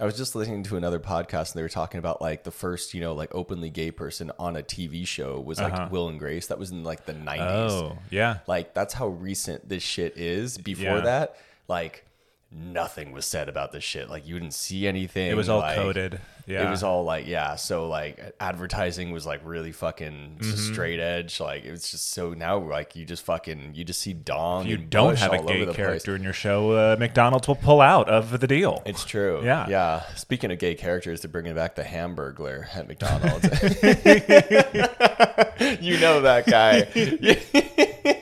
Speaker 2: I was just listening to another podcast and they were talking about like the first, you know, like openly gay person on a TV show was like Will and Grace. That was in like the nineties.
Speaker 1: Uh-huh. Oh yeah,
Speaker 2: Like that's how recent this shit is. Before
Speaker 1: Yeah.
Speaker 2: that, like nothing was said about this shit. Like you didn't see anything.
Speaker 1: it was all
Speaker 2: like,
Speaker 1: coded. Yeah,
Speaker 2: It was all like, yeah. So like advertising was like really fucking just
Speaker 1: Mm-hmm.
Speaker 2: straight edge. Like it was just so now like you just fucking you just see dong.
Speaker 1: you
Speaker 2: and
Speaker 1: don't
Speaker 2: Bush
Speaker 1: have a
Speaker 2: all
Speaker 1: gay
Speaker 2: over the
Speaker 1: character
Speaker 2: Place.
Speaker 1: in your show. Uh, McDonald's will pull out of the deal.
Speaker 2: It's true.
Speaker 1: Yeah.
Speaker 2: Yeah. Speaking of gay characters, they're bringing back the Hamburglar at McDonald's. you know that guy.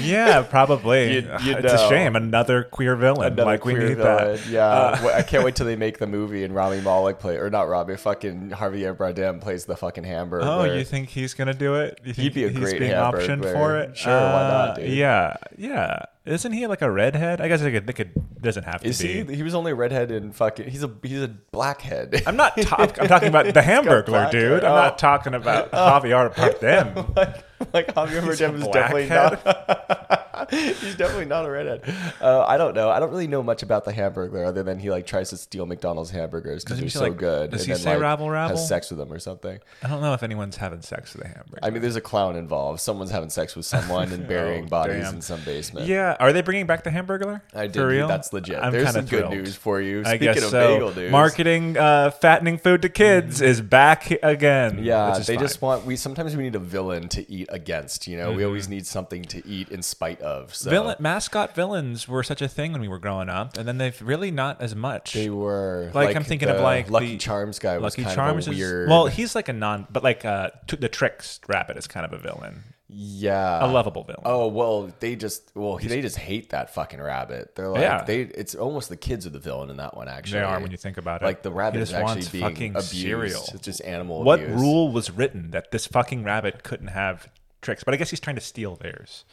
Speaker 1: yeah, probably.
Speaker 2: You- you
Speaker 1: it's a
Speaker 2: know.
Speaker 1: shame. Another queer villain.
Speaker 2: Another
Speaker 1: like we
Speaker 2: queer
Speaker 1: need
Speaker 2: villain.
Speaker 1: that. Uh,
Speaker 2: Yeah, Well, I can't wait till they make the movie and Rami Malek play, or not Rami, fucking Javier Bardem plays the fucking Hamburglar.
Speaker 1: Oh, you think he's gonna do it? You think
Speaker 2: He'd be a
Speaker 1: he's
Speaker 2: great
Speaker 1: being
Speaker 2: Hamburg
Speaker 1: optioned
Speaker 2: player.
Speaker 1: for it?
Speaker 2: Sure, why not,
Speaker 1: Uh,
Speaker 2: dude?
Speaker 1: Yeah, yeah. Isn't he like a redhead? I guess they could. They could doesn't have to
Speaker 2: Is
Speaker 1: be.
Speaker 2: he? He was only redhead and fucking. He's a he's a blackhead.
Speaker 1: I'm not. Talk, I'm talking about the Hamburglar
Speaker 2: black
Speaker 1: dude.
Speaker 2: hair.
Speaker 1: I'm
Speaker 2: Oh.
Speaker 1: not talking about Javier Bardem.
Speaker 2: like like Javier Bardem is definitely not. he's definitely not a redhead. Uh, I don't know. I don't really know much about the Hamburglar other than he like tries to steal McDonald's hamburgers because
Speaker 1: Doesn't
Speaker 2: they're
Speaker 1: he say,
Speaker 2: so
Speaker 1: like-
Speaker 2: good.
Speaker 1: does
Speaker 2: and
Speaker 1: he
Speaker 2: then,
Speaker 1: say
Speaker 2: like,
Speaker 1: rabble, rabble?
Speaker 2: Has sex with them or something.
Speaker 1: I don't know if anyone's having sex with a Hamburglar.
Speaker 2: I mean, there's a clown involved. Someone's having sex with someone and burying bodies
Speaker 1: Oh, damn.
Speaker 2: in some basement.
Speaker 1: yeah, are they bringing back the Hamburglar?
Speaker 2: I did.
Speaker 1: For real?
Speaker 2: That's legit.
Speaker 1: I'm
Speaker 2: There's
Speaker 1: kinda
Speaker 2: some good
Speaker 1: thrilled.
Speaker 2: news for you.
Speaker 1: I
Speaker 2: Speaking
Speaker 1: guess
Speaker 2: of
Speaker 1: so.
Speaker 2: bagel news,
Speaker 1: Marketing uh, fattening food to kids is back again.
Speaker 2: Yeah,
Speaker 1: which is
Speaker 2: they
Speaker 1: fine.
Speaker 2: just want we. Sometimes we need a villain to eat against. You know, we always need something to eat in spite of. So
Speaker 1: Mm-hmm. Villain, mascot villains were such a thing when we were growing up, and then they've really not as much.
Speaker 2: They were
Speaker 1: Like, I'm thinking of,
Speaker 2: the
Speaker 1: like,
Speaker 2: Lucky
Speaker 1: the-
Speaker 2: Charms guy was
Speaker 1: Lucky
Speaker 2: kind
Speaker 1: Charms
Speaker 2: of a
Speaker 1: is
Speaker 2: weird.
Speaker 1: well, he's like a non, but like uh, t- the Tricks Rabbit is kind of a villain,
Speaker 2: yeah,
Speaker 1: a lovable villain.
Speaker 2: Oh well, they just well they just hate that fucking rabbit. They're like
Speaker 1: Yeah.
Speaker 2: they. It's almost the kids are the villain in that one. Actually,
Speaker 1: they are when you think about it.
Speaker 2: like the rabbit
Speaker 1: He
Speaker 2: is
Speaker 1: just
Speaker 2: actually
Speaker 1: wants
Speaker 2: being
Speaker 1: fucking
Speaker 2: abused.
Speaker 1: cereal.
Speaker 2: It's just animal.
Speaker 1: What
Speaker 2: abuse.
Speaker 1: rule was written that this fucking rabbit couldn't have tricks? But I guess he's trying to steal theirs.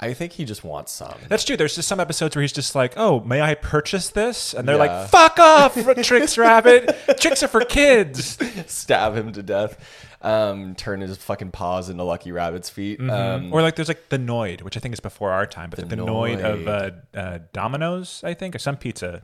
Speaker 2: I think he just wants some.
Speaker 1: That's true. There's just some episodes where he's just like, "Oh, may I purchase this?" And they're
Speaker 2: Yeah.
Speaker 1: like, "Fuck off, tricks rabbit! Tricks are for kids."
Speaker 2: Stab him to death. Um, turn his fucking paws into Lucky Rabbit's feet.
Speaker 1: Mm-hmm.
Speaker 2: Um,
Speaker 1: or like there's like the Noid, which I think is before our time, but the, the Noid of uh, uh, Domino's, I think, or some pizza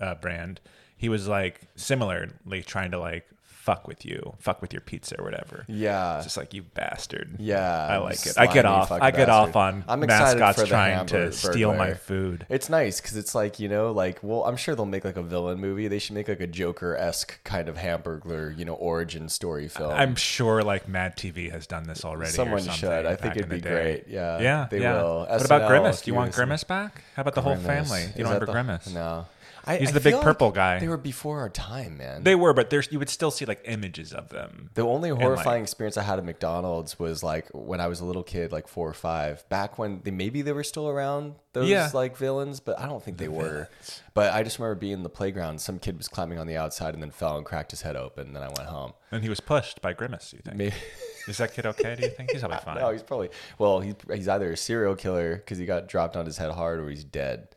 Speaker 1: uh, brand. He was like similarly trying to like fuck with you, fuck with your pizza or whatever.
Speaker 2: yeah,
Speaker 1: It's just like you bastard.
Speaker 2: Yeah,
Speaker 1: I
Speaker 2: you
Speaker 1: like it. I get
Speaker 2: slimy
Speaker 1: off.
Speaker 2: fucking
Speaker 1: I get off
Speaker 2: bastard.
Speaker 1: on
Speaker 2: I'm excited for
Speaker 1: mascots
Speaker 2: the
Speaker 1: trying to
Speaker 2: Hamburg
Speaker 1: steal my
Speaker 2: burglar.
Speaker 1: food.
Speaker 2: It's nice because it's like you know, like well, I'm sure they'll make like a villain movie. They should make like a Joker esque kind of Hamburglar, you know, origin story film.
Speaker 1: I'm sure like Mad TV has done this already. or
Speaker 2: Someone
Speaker 1: something
Speaker 2: should. I think
Speaker 1: back
Speaker 2: it'd
Speaker 1: in the
Speaker 2: be
Speaker 1: day.
Speaker 2: great. Yeah,
Speaker 1: Yeah,
Speaker 2: they
Speaker 1: yeah.
Speaker 2: will.
Speaker 1: What
Speaker 2: SNL,
Speaker 1: about Grimace?
Speaker 2: if
Speaker 1: Do you want
Speaker 2: listen-
Speaker 1: Grimace back? How about the whole
Speaker 2: Grimace.
Speaker 1: family?
Speaker 2: Is
Speaker 1: You don't
Speaker 2: that
Speaker 1: remember
Speaker 2: the-
Speaker 1: Grimace?
Speaker 2: No, I,
Speaker 1: He's
Speaker 2: I
Speaker 1: the big
Speaker 2: feel like
Speaker 1: purple guy.
Speaker 2: They were before our time, man.
Speaker 1: They were, but there's you would still see like images of them.
Speaker 2: The only
Speaker 1: like-
Speaker 2: horrifying experience I had at McDonald's was like when I was a little kid, like four or five, back when they maybe they were still around those
Speaker 1: Yeah.
Speaker 2: like villains, but I don't think they were. But I just remember being in the playground, some kid was climbing on the outside and then fell and cracked his head open, and then I went home.
Speaker 1: And he was pushed by Grimace, do you think?
Speaker 2: Maybe
Speaker 1: Is that kid okay, do you think? He's probably fine.
Speaker 2: no, he's probably well, he's he's either a serial killer because he got dropped on his head hard or he's dead.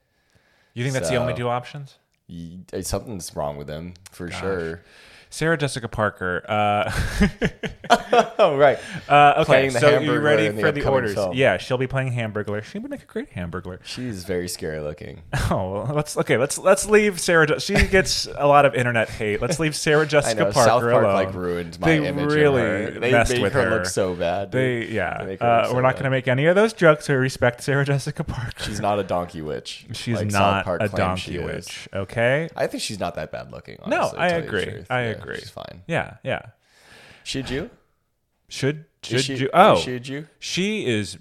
Speaker 1: you think that's the only
Speaker 2: so-
Speaker 1: two options?
Speaker 2: He- something's wrong with him for sure.
Speaker 1: Sarah Jessica Parker. Uh,
Speaker 2: Oh right,
Speaker 1: uh, okay,
Speaker 2: Playing the
Speaker 1: so you
Speaker 2: Hamburglar
Speaker 1: ready
Speaker 2: in the
Speaker 1: for the
Speaker 2: upcoming
Speaker 1: orders?
Speaker 2: film.
Speaker 1: Yeah, she'll be playing Hamburglar. She would make a great Hamburglar.
Speaker 2: she's very scary looking.
Speaker 1: Oh, well, let's okay. Let's let's leave Sarah. Je- She gets a lot of internet hate. Let's leave Sarah
Speaker 2: I
Speaker 1: Jessica
Speaker 2: know
Speaker 1: Parker
Speaker 2: South Park
Speaker 1: alone.
Speaker 2: like ruined my
Speaker 1: They
Speaker 2: image.
Speaker 1: really
Speaker 2: of her. They
Speaker 1: messed
Speaker 2: make
Speaker 1: with
Speaker 2: her,
Speaker 1: her.
Speaker 2: look so bad. dude.
Speaker 1: They yeah.
Speaker 2: make her
Speaker 1: uh,
Speaker 2: look so
Speaker 1: we're not
Speaker 2: bad.
Speaker 1: going to make any of those jokes. We respect Sarah Jessica Parker.
Speaker 2: She's not a donkey witch.
Speaker 1: She's
Speaker 2: like South
Speaker 1: not
Speaker 2: Park
Speaker 1: a
Speaker 2: claims she
Speaker 1: donkey
Speaker 2: is.
Speaker 1: witch. Okay.
Speaker 2: I think she's not that bad looking. Honestly,
Speaker 1: No,
Speaker 2: to
Speaker 1: I
Speaker 2: tell you the
Speaker 1: agree.
Speaker 2: truth.
Speaker 1: I
Speaker 2: Yeah,
Speaker 1: agree.
Speaker 2: She's fine.
Speaker 1: Yeah, yeah.
Speaker 2: Should you?
Speaker 1: Should should
Speaker 2: Is she,
Speaker 1: you? Oh,
Speaker 2: should you?
Speaker 1: she is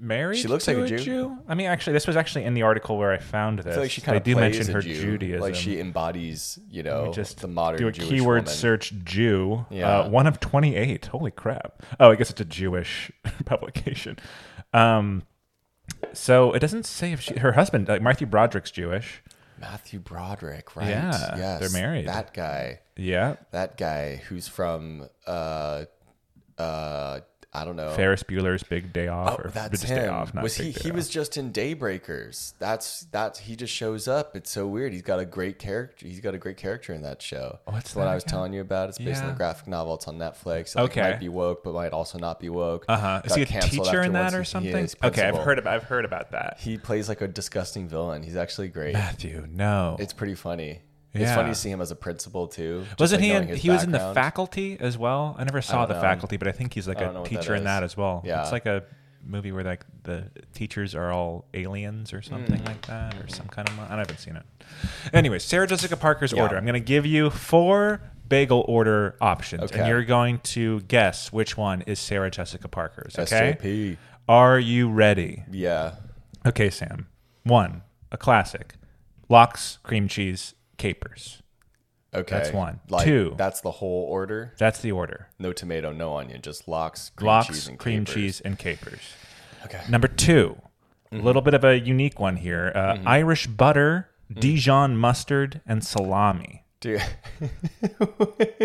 Speaker 1: married.
Speaker 2: She looks
Speaker 1: to
Speaker 2: like a Jew.
Speaker 1: I mean, actually, this was actually in the article where I found this.
Speaker 2: I feel like she kind
Speaker 1: they
Speaker 2: of
Speaker 1: do
Speaker 2: plays
Speaker 1: mention
Speaker 2: a
Speaker 1: her
Speaker 2: Jew.
Speaker 1: Judaism.
Speaker 2: Like she embodies, you
Speaker 1: Let
Speaker 2: know,
Speaker 1: me just
Speaker 2: the modern
Speaker 1: do a
Speaker 2: Jewish
Speaker 1: keyword
Speaker 2: woman.
Speaker 1: search Jew.
Speaker 2: Yeah.
Speaker 1: Uh, one of twenty eight. Holy crap! Oh, I guess it's a Jewish publication. Um, so it doesn't say if she, her husband, like Matthew Broderick's Jewish.
Speaker 2: Matthew Broderick, right?
Speaker 1: Yeah,
Speaker 2: yes,
Speaker 1: they're married.
Speaker 2: That guy,
Speaker 1: Yeah,
Speaker 2: that guy who's from, uh, uh, I don't know.
Speaker 1: Ferris Bueller's Big Day Off. or
Speaker 2: Oh, That's
Speaker 1: just Day
Speaker 2: him.
Speaker 1: Off, not
Speaker 2: was he?
Speaker 1: Big Day
Speaker 2: He
Speaker 1: Off.
Speaker 2: was just in Daybreakers. That's that. He just shows up. It's so weird. He's got a great character. He's got a great character in that show.
Speaker 1: Oh, What's
Speaker 2: the one
Speaker 1: that
Speaker 2: I was telling you about? It's based on
Speaker 1: Yeah.
Speaker 2: a graphic novel. It's on Netflix. It, like,
Speaker 1: Okay.
Speaker 2: might be woke, but might also not be woke.
Speaker 1: Uh-huh. Is
Speaker 2: Got
Speaker 1: he a
Speaker 2: canceled
Speaker 1: teacher in
Speaker 2: after one
Speaker 1: that or
Speaker 2: season. He
Speaker 1: something?
Speaker 2: is
Speaker 1: Okay, I've
Speaker 2: principal.
Speaker 1: heard about I've heard about that.
Speaker 2: He plays like a disgusting villain. He's actually great.
Speaker 1: Matthew, no.
Speaker 2: It's pretty funny. It's
Speaker 1: Yeah.
Speaker 2: funny to see him as a principal too. just,
Speaker 1: Wasn't
Speaker 2: like,
Speaker 1: he
Speaker 2: knowing
Speaker 1: in,
Speaker 2: his
Speaker 1: he was in the
Speaker 2: background.
Speaker 1: faculty as well? I never saw
Speaker 2: don't
Speaker 1: the
Speaker 2: know.
Speaker 1: faculty, but I think he's like
Speaker 2: don't know
Speaker 1: a
Speaker 2: what that
Speaker 1: teacher in
Speaker 2: is.
Speaker 1: that as well.
Speaker 2: Yeah.
Speaker 1: It's like a movie where like the teachers are all aliens or something like that or some kind of mon- I haven't seen it. Anyway, Sarah Jessica Parker's
Speaker 2: Yeah.
Speaker 1: order. I'm going to give you four bagel order options and
Speaker 2: Okay.
Speaker 1: you're going to guess which one is Sarah Jessica Parker's, okay?
Speaker 2: SJP.
Speaker 1: Are you ready?
Speaker 2: Yeah.
Speaker 1: Okay, Sam. One, a classic. Lox, cream cheese, capers.
Speaker 2: Okay.
Speaker 1: That's one.
Speaker 2: Like,
Speaker 1: Two.
Speaker 2: That's the whole order.
Speaker 1: That's the order.
Speaker 2: No tomato, no onion, just lox, cream
Speaker 1: Lox,
Speaker 2: cheese, and
Speaker 1: cream
Speaker 2: capers.
Speaker 1: cheese, and capers.
Speaker 2: Okay.
Speaker 1: Number 2 a
Speaker 2: Mm-hmm.
Speaker 1: little bit of a unique one here uh, Irish butter,
Speaker 2: Mm-hmm.
Speaker 1: Dijon mustard, and salami.
Speaker 2: Dude,
Speaker 1: All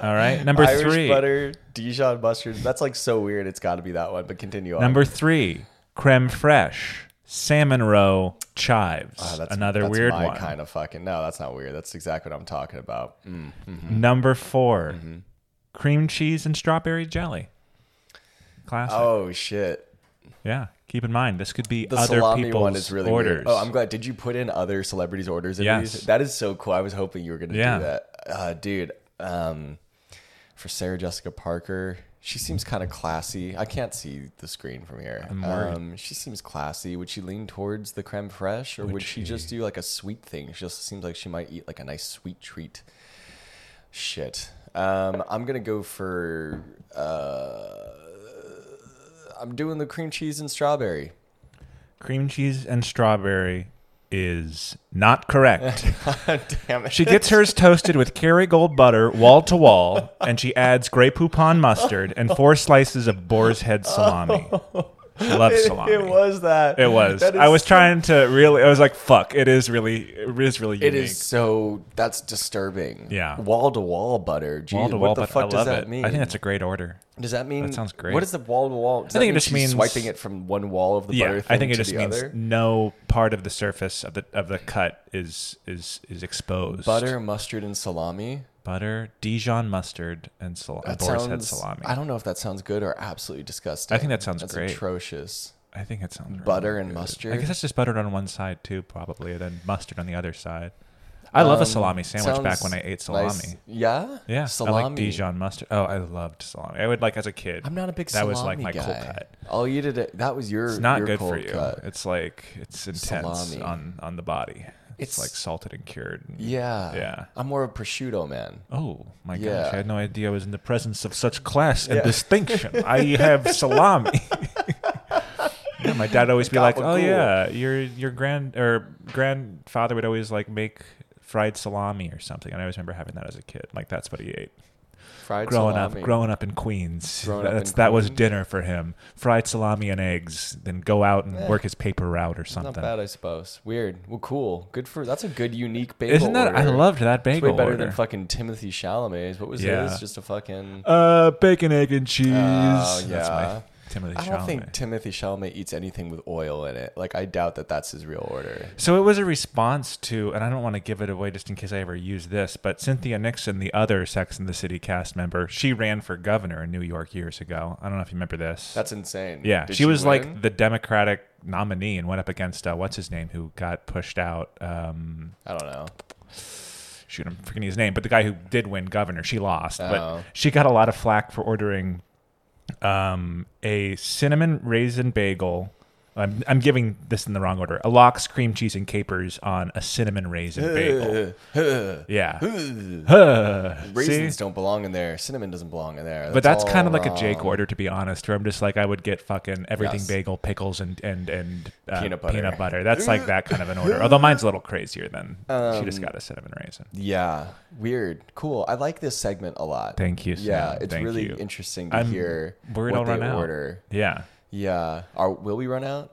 Speaker 1: right. Number
Speaker 2: Irish
Speaker 1: three.
Speaker 2: butter, Dijon mustard. That's like so weird. It's got to be that one. But continue on.
Speaker 1: Number three, creme fraiche, salmon roe, chives.
Speaker 2: Oh,
Speaker 1: Another weird
Speaker 2: my
Speaker 1: one.
Speaker 2: kind of fucking. No, that's not weird. That's exactly what I'm talking about. Mm.
Speaker 1: Number 4
Speaker 2: Mm-hmm.
Speaker 1: cream cheese and strawberry jelly. Classic.
Speaker 2: Oh shit.
Speaker 1: Yeah. Keep in mind, this could be
Speaker 2: The
Speaker 1: other
Speaker 2: salami
Speaker 1: people's
Speaker 2: one is really
Speaker 1: orders.
Speaker 2: weird. Oh, I'm glad. Did you put in other celebrities' orders? In
Speaker 1: Yes.
Speaker 2: these? That is so cool. I was hoping you were gonna
Speaker 1: Yeah.
Speaker 2: do that, uh, dude. Um, for Sarah Jessica Parker, she seems kind of classy. I can't see the screen from here. Um, she seems classy. Would she lean towards the creme fraiche, or would, she just do like a sweet thing? She just seems like she might eat like a nice sweet treat. Shit. Um, I'm gonna go for. Uh, I'm doing the cream cheese and strawberry.
Speaker 1: cream cheese and strawberry is not correct.
Speaker 2: Damn it.
Speaker 1: She gets hers toasted with Kerrygold butter, wall to wall, and she adds Grey Poupon mustard and four slices of boar's head salami. She loves salami.
Speaker 2: Oh. It was that.
Speaker 1: It was.
Speaker 2: That is
Speaker 1: I was
Speaker 2: so-
Speaker 1: trying to really. I was like, "Fuck! It is really. It is really unique."
Speaker 2: It is so. That's disturbing.
Speaker 1: Yeah.
Speaker 2: Wall to wall butter. Jeez,
Speaker 1: Wall-to-wall,
Speaker 2: what the
Speaker 1: but
Speaker 2: fuck
Speaker 1: I
Speaker 2: does
Speaker 1: love
Speaker 2: that
Speaker 1: it.
Speaker 2: mean?
Speaker 1: I think that's a great order.
Speaker 2: does that mean?
Speaker 1: that sounds great.
Speaker 2: What is the wall to wall?
Speaker 1: I think it just means-
Speaker 2: swiping it from one wall of the butter
Speaker 1: Yeah,
Speaker 2: thing
Speaker 1: I think it
Speaker 2: to
Speaker 1: just
Speaker 2: the
Speaker 1: means
Speaker 2: other.
Speaker 1: no part of the surface of the of the cut is is is exposed.
Speaker 2: Butter, mustard, and salami.
Speaker 1: butter, Dijon mustard, and sal-
Speaker 2: That
Speaker 1: boar's
Speaker 2: sounds.
Speaker 1: head salami.
Speaker 2: I don't know if that sounds good or absolutely disgusting.
Speaker 1: I think that sounds
Speaker 2: that's
Speaker 1: great.
Speaker 2: Atrocious.
Speaker 1: I think it sounds really
Speaker 2: Butter and
Speaker 1: good.
Speaker 2: mustard?
Speaker 1: I guess it's just buttered on one side too, probably, and then mustard on the other side. I love a
Speaker 2: Um,
Speaker 1: salami sandwich back
Speaker 2: sounds
Speaker 1: when I ate salami.
Speaker 2: nice. Yeah.
Speaker 1: Yeah,
Speaker 2: Salami.
Speaker 1: I like Dijon mustard. Oh, I loved salami. I would like as a kid.
Speaker 2: I'm not a big
Speaker 1: That
Speaker 2: salami
Speaker 1: was like my
Speaker 2: guy.
Speaker 1: cold cut.
Speaker 2: Oh, you did it. That was your.
Speaker 1: It's not
Speaker 2: your
Speaker 1: good for
Speaker 2: cold
Speaker 1: you.
Speaker 2: cut.
Speaker 1: It's like it's intense
Speaker 2: Salami.
Speaker 1: on on the body. It's,
Speaker 2: It's-
Speaker 1: like salted and cured. and-
Speaker 2: Yeah.
Speaker 1: Yeah.
Speaker 2: I'm more of a prosciutto man.
Speaker 1: Oh my
Speaker 2: Yeah.
Speaker 1: gosh! I had no idea I was in the presence of such class and distinction. I have salami. yeah, my dad always be like, "Oh
Speaker 2: Gabagool.
Speaker 1: yeah, your your grand or grandfather would always like make fried salami or something." And I always remember having that as a kid. Like that's what he ate
Speaker 2: Fried
Speaker 1: growing
Speaker 2: salami.
Speaker 1: up. Growing up in Queens,
Speaker 2: Growing up
Speaker 1: that's
Speaker 2: in
Speaker 1: that was
Speaker 2: Queens.
Speaker 1: dinner for him: fried salami and eggs. Then go out and work his paper route or
Speaker 2: Not
Speaker 1: something.
Speaker 2: bad, I suppose. Weird. Well, cool. Good for. That's a good, unique bagel.
Speaker 1: Isn't that? I
Speaker 2: order.
Speaker 1: loved that
Speaker 2: It's way
Speaker 1: bagel.
Speaker 2: better
Speaker 1: order.
Speaker 2: than fucking Timothy Chalamet's. What was
Speaker 1: Yeah.
Speaker 2: his? Just a fucking.
Speaker 1: uh, bacon, egg, and cheese.
Speaker 2: Oh,
Speaker 1: That's
Speaker 2: yeah.
Speaker 1: my Timothy
Speaker 2: I don't
Speaker 1: Chalamet.
Speaker 2: think Timothy Chalamet eats anything with oil in it. Like, I doubt that that's his real order.
Speaker 1: So it was a response to, and I don't want to give it away just in case I ever use this, but Cynthia Nixon, the other Sex and the City cast member, she ran for governor in New York years ago. I don't know if you remember this.
Speaker 2: That's insane.
Speaker 1: yeah,
Speaker 2: Did
Speaker 1: she, was
Speaker 2: win?
Speaker 1: like the Democratic nominee and went up against uh, what's his name who got pushed out. Um,
Speaker 2: I don't know.
Speaker 1: shoot, I'm forgetting his name, but the guy who did win governor, she lost,
Speaker 2: Oh.
Speaker 1: but she got a lot of flack for ordering um, a cinnamon raisin bagel I'm, I'm giving this in the wrong order. A lox, cream cheese, and capers on a cinnamon raisin bagel. Yeah. Huh. See?
Speaker 2: Raisins don't belong in there. Cinnamon doesn't belong in there.
Speaker 1: But that's
Speaker 2: all
Speaker 1: kind of like a Jake
Speaker 2: wrong.
Speaker 1: order, to be honest. Where I'm just like, I would get fucking everything
Speaker 2: Yes.
Speaker 1: bagel, pickles, and and and uh,
Speaker 2: Peanut butter.
Speaker 1: That's like that kind of an order. Although mine's a little crazier than she
Speaker 2: Um,
Speaker 1: just got a cinnamon raisin.
Speaker 2: Yeah. Weird. Cool. I like this segment a lot.
Speaker 1: Thank you. Sam.
Speaker 2: Yeah, it's
Speaker 1: Thank
Speaker 2: really
Speaker 1: you.
Speaker 2: interesting to
Speaker 1: I'm
Speaker 2: hear
Speaker 1: worried
Speaker 2: what
Speaker 1: I'll
Speaker 2: they
Speaker 1: run out.
Speaker 2: order.
Speaker 1: Yeah,
Speaker 2: Yeah. Are will we run out?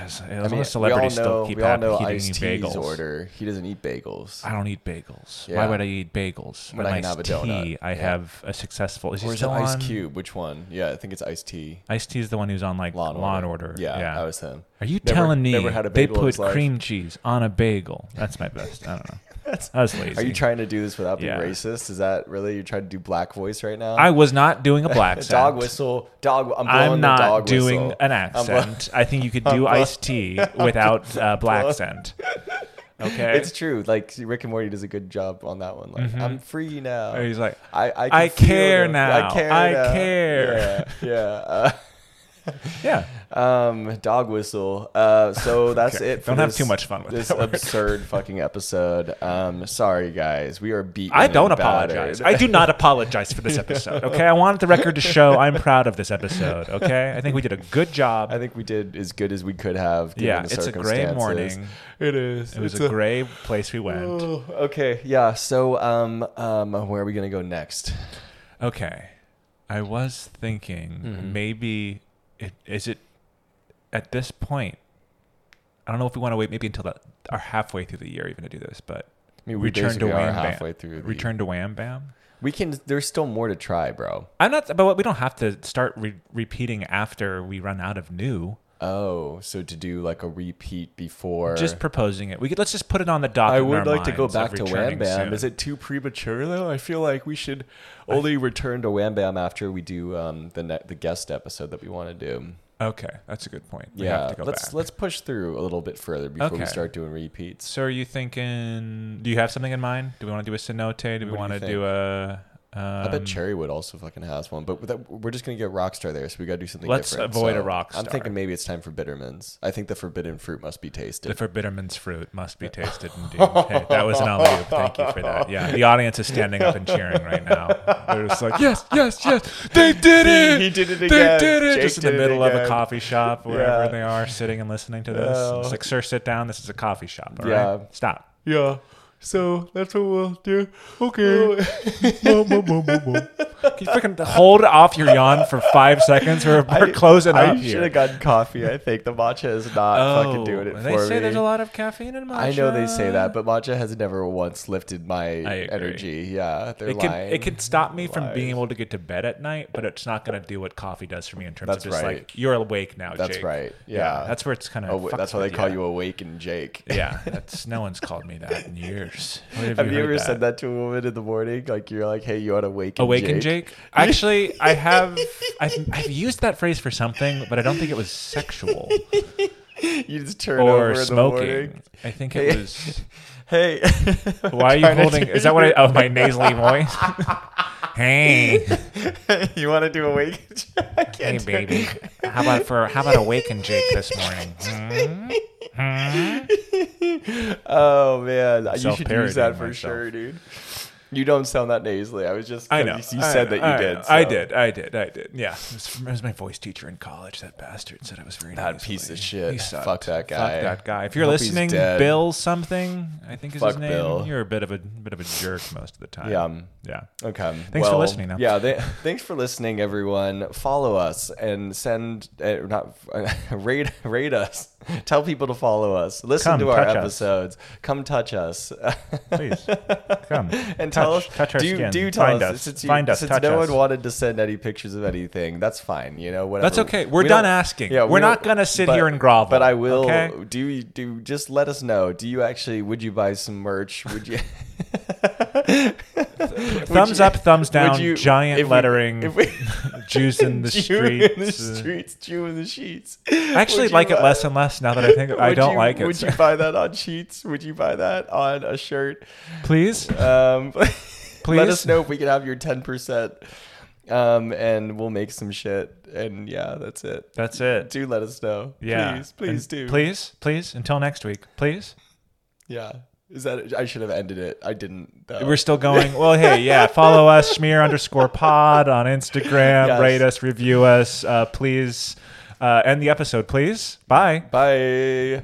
Speaker 1: as, as
Speaker 2: I
Speaker 1: long
Speaker 2: mean,
Speaker 1: as celebrities
Speaker 2: we all know,
Speaker 1: still keep
Speaker 2: we all
Speaker 1: happy
Speaker 2: know
Speaker 1: eating
Speaker 2: Ice T's
Speaker 1: bagels.
Speaker 2: order. He doesn't eat bagels.
Speaker 1: I don't eat bagels. Why
Speaker 2: Yeah.
Speaker 1: would I eat bagels?
Speaker 2: When
Speaker 1: My
Speaker 2: I can have a
Speaker 1: iced tea,
Speaker 2: donut.
Speaker 1: I
Speaker 2: Yeah.
Speaker 1: have a successful. Is he
Speaker 2: Or is it
Speaker 1: still
Speaker 2: Ice
Speaker 1: on?
Speaker 2: Cube? Which one? Yeah, I think it's Ice T.
Speaker 1: Ice T is the one who's on like
Speaker 2: Law and Order. Yeah, that was him.
Speaker 1: Are you
Speaker 2: Never-
Speaker 1: telling me
Speaker 2: never had a
Speaker 1: they
Speaker 2: bagel in
Speaker 1: put
Speaker 2: his life.
Speaker 1: cream cheese on a bagel? That's my best. I don't know. That's, I was lazy.
Speaker 2: Are you trying to do this without being
Speaker 1: Yeah.
Speaker 2: racist? Is that really you're trying to do black voice right now?
Speaker 1: I was not doing a black
Speaker 2: A
Speaker 1: accent.
Speaker 2: dog whistle. Dog. I'm, blowing
Speaker 1: I'm
Speaker 2: the
Speaker 1: not
Speaker 2: dog
Speaker 1: doing
Speaker 2: whistle.
Speaker 1: an
Speaker 2: I'm blow-
Speaker 1: accent. I think you could do iced tea without uh, black accent. Okay.
Speaker 2: it's true. Like Rick and Morty does a good job on that one. Like I'm free now.
Speaker 1: Mm-hmm. He's like,
Speaker 2: I I, can
Speaker 1: I
Speaker 2: feel
Speaker 1: care
Speaker 2: the-
Speaker 1: now.
Speaker 2: I care.
Speaker 1: I
Speaker 2: now.
Speaker 1: care.
Speaker 2: Yeah. yeah.
Speaker 1: yeah.
Speaker 2: Uh, um, dog whistle. Uh, so that's
Speaker 1: Okay.
Speaker 2: it. For
Speaker 1: Don't have
Speaker 2: this-
Speaker 1: too much fun with
Speaker 2: this
Speaker 1: that word.
Speaker 2: absurd fucking episode. Um, sorry guys, we are beaten.
Speaker 1: I don't
Speaker 2: and battered.
Speaker 1: apologize. I do not apologize for this episode. Okay. I wanted the record to show I'm proud of this episode. Okay. I think we did a good job.
Speaker 2: I think we did as good as we could have. Given
Speaker 1: yeah.
Speaker 2: the
Speaker 1: It's a gray
Speaker 2: circumstances.
Speaker 1: morning.
Speaker 2: It is. Oh,
Speaker 1: It was a gray place we went.
Speaker 2: okay. Yeah. So, um, um, where are we gonna go next?
Speaker 1: Okay. I was thinking
Speaker 2: Mm-hmm.
Speaker 1: maybe it, is it at this point. I don't know if we want to wait maybe until that are halfway through the year even to do this, but
Speaker 2: I mean, we basically are halfway
Speaker 1: Bam.
Speaker 2: through the-
Speaker 1: Return to Wham Bam.
Speaker 2: We can. There's still more to try, bro.
Speaker 1: I'm not, but we don't have to start re- repeating after we run out of new.
Speaker 2: Oh, so to do like a repeat before.
Speaker 1: Just proposing it. We could let's just put it on the dock.
Speaker 2: I
Speaker 1: in
Speaker 2: would
Speaker 1: our
Speaker 2: like to go
Speaker 1: minds of
Speaker 2: back to Wham
Speaker 1: returning
Speaker 2: Bam.
Speaker 1: soon.
Speaker 2: Is it too premature though? I feel like we should only return to Wham Bam after we do um, the ne- the guest episode that we want to do.
Speaker 1: Okay, that's a good point. We
Speaker 2: yeah,
Speaker 1: have to go
Speaker 2: let's
Speaker 1: back.
Speaker 2: let's push through a little bit further before
Speaker 1: Okay.
Speaker 2: we start doing repeats.
Speaker 1: So are you thinking? Do you have something in mind? Do we want to do a cenote? Do we
Speaker 2: What do
Speaker 1: want to
Speaker 2: you
Speaker 1: do a? Um,
Speaker 2: I bet Cherrywood also fucking has one, but with that, we're just gonna get Rockstar there, so we gotta do something.
Speaker 1: Let's
Speaker 2: different.
Speaker 1: avoid a
Speaker 2: So I'm
Speaker 1: Rockstar.
Speaker 2: thinking maybe it's time for Bitterman's. I think the forbidden fruit must be tasted.
Speaker 1: The Forbidderman's fruit must be tasted indeed. Hey, that was an alley Thank you for that. Yeah, the audience is standing up and cheering right now. They're just like, yes, yes, yes, they did it.
Speaker 2: He did it
Speaker 1: They
Speaker 2: again.
Speaker 1: did it.
Speaker 2: Jake
Speaker 1: just in the
Speaker 2: did it
Speaker 1: middle of a
Speaker 2: again.
Speaker 1: coffee shop, wherever
Speaker 2: Yeah.
Speaker 1: they are, sitting and listening to this. It's like, sir, sit down. This is a coffee shop. All right,
Speaker 2: Yeah.
Speaker 1: stop.
Speaker 2: yeah. So that's what we'll do.
Speaker 1: Okay. Boom, boom, boom, boom, boom. Can you freaking hold off your yawn for five seconds? We're, we're closing
Speaker 2: I
Speaker 1: up
Speaker 2: should
Speaker 1: here.
Speaker 2: have gotten coffee. I think the matcha is not fucking doing it
Speaker 1: Oh, they
Speaker 2: for
Speaker 1: say
Speaker 2: me.
Speaker 1: there's a lot of caffeine in matcha.
Speaker 2: I know they say that, but matcha has never once lifted my
Speaker 1: agree.
Speaker 2: energy. Yeah, they're
Speaker 1: It can
Speaker 2: lying.
Speaker 1: it can stop me from being
Speaker 2: Lies.
Speaker 1: able to get to bed at night, but it's not going to do what coffee does for me in terms
Speaker 2: That's
Speaker 1: of just
Speaker 2: right.
Speaker 1: like you're awake now.
Speaker 2: That's
Speaker 1: Jake.
Speaker 2: right. Yeah.
Speaker 1: that's where it's kind
Speaker 2: Oh,
Speaker 1: of.
Speaker 2: wait, that's why they call you Awakened Jake.
Speaker 1: yeah, that's no one's called me that in years. Where
Speaker 2: Have you,
Speaker 1: heard
Speaker 2: ever said that to a woman in the morning? Like you're like, hey, you want to awaken?
Speaker 1: Awaken
Speaker 2: Jake?
Speaker 1: Jake. Actually, I have I've, I've used that phrase for something, but I don't think it was sexual
Speaker 2: You just turn over
Speaker 1: or
Speaker 2: in the
Speaker 1: smoking.
Speaker 2: morning.
Speaker 1: I think it
Speaker 2: Hey.
Speaker 1: was.
Speaker 2: Hey,
Speaker 1: Why are you
Speaker 2: Trying to
Speaker 1: holding?
Speaker 2: do-
Speaker 1: Is that what I? Oh, my nasally voice. hey.
Speaker 2: you want to do awaken? Jake? I can't
Speaker 1: Hey
Speaker 2: do it.
Speaker 1: baby, how about for how about awaken Jake this morning? Hmm?
Speaker 2: Oh man, you should
Speaker 1: Self-parodying
Speaker 2: use that for
Speaker 1: myself.
Speaker 2: sure, dude. You don't sound that nasally. I was just
Speaker 1: I
Speaker 2: 'cause
Speaker 1: know.
Speaker 2: you, you
Speaker 1: I
Speaker 2: said
Speaker 1: know,
Speaker 2: that you
Speaker 1: I
Speaker 2: did.
Speaker 1: know. I
Speaker 2: so.
Speaker 1: did. I did. I did. Yeah, it was, it was my voice teacher in college. That bastard said I was very
Speaker 2: That
Speaker 1: nasally.
Speaker 2: piece of shit.
Speaker 1: He sucked.
Speaker 2: Fuck that guy.
Speaker 1: Fuck that guy. If you're
Speaker 2: Hope he's
Speaker 1: listening,
Speaker 2: dead.
Speaker 1: Bill something, I think is his
Speaker 2: Fuck
Speaker 1: name.
Speaker 2: Bill.
Speaker 1: You're a bit of a bit of a jerk most of the time.
Speaker 2: Yeah. um,
Speaker 1: Yeah.
Speaker 2: Okay.
Speaker 1: Thanks for
Speaker 2: Well,
Speaker 1: listening, though.
Speaker 2: Yeah. Th- thanks for listening, everyone. Follow us and send uh, not rate rate us. Tell people to follow us. Listen
Speaker 1: Come
Speaker 2: to our
Speaker 1: touch us.
Speaker 2: episodes. Come touch us.
Speaker 1: Please come touch,
Speaker 2: and tell us.
Speaker 1: touch our
Speaker 2: do,
Speaker 1: skin.
Speaker 2: do tell
Speaker 1: Find
Speaker 2: us.
Speaker 1: us.
Speaker 2: Since, you,
Speaker 1: Find us.
Speaker 2: since
Speaker 1: touch
Speaker 2: no
Speaker 1: us.
Speaker 2: one wanted to send any pictures of anything, that's fine. You know, whatever.
Speaker 1: That's okay. We're
Speaker 2: We
Speaker 1: done
Speaker 2: don't-
Speaker 1: asking.
Speaker 2: Yeah,
Speaker 1: We're
Speaker 2: we don't-
Speaker 1: not gonna sit
Speaker 2: but-
Speaker 1: here and grovel,
Speaker 2: But I will.
Speaker 1: okay?
Speaker 2: Do you do? Just let us know. Do you actually? Would you buy some merch? Would you?
Speaker 1: Thumbs up, thumbs down,
Speaker 2: Would you-
Speaker 1: giant
Speaker 2: if we-
Speaker 1: lettering.
Speaker 2: if we-
Speaker 1: Jews in the
Speaker 2: Jew
Speaker 1: streets.
Speaker 2: in the streets, Jew in the sheets.
Speaker 1: I actually
Speaker 2: Would you
Speaker 1: like it
Speaker 2: buy-
Speaker 1: less and less now that I think I
Speaker 2: Would
Speaker 1: don't
Speaker 2: you-
Speaker 1: like it.
Speaker 2: Would you buy that on sheets? Would you buy that on a shirt?
Speaker 1: Please.
Speaker 2: Um,
Speaker 1: Please?
Speaker 2: let us know if we can have your ten percent. Um, and we'll make some shit. And yeah, that's it.
Speaker 1: That's it.
Speaker 2: Do let us know.
Speaker 1: Yeah.
Speaker 2: Please, please
Speaker 1: And
Speaker 2: do.
Speaker 1: Please, please. Until next week, please.
Speaker 2: Yeah. Is that I should have ended it. I didn't though.
Speaker 1: We're still going. Well, hey, yeah. Follow us, smear underscore pod on Instagram.
Speaker 2: Yes.
Speaker 1: Rate us, review us. Uh, please uh, end the episode, please. Bye.
Speaker 2: Bye.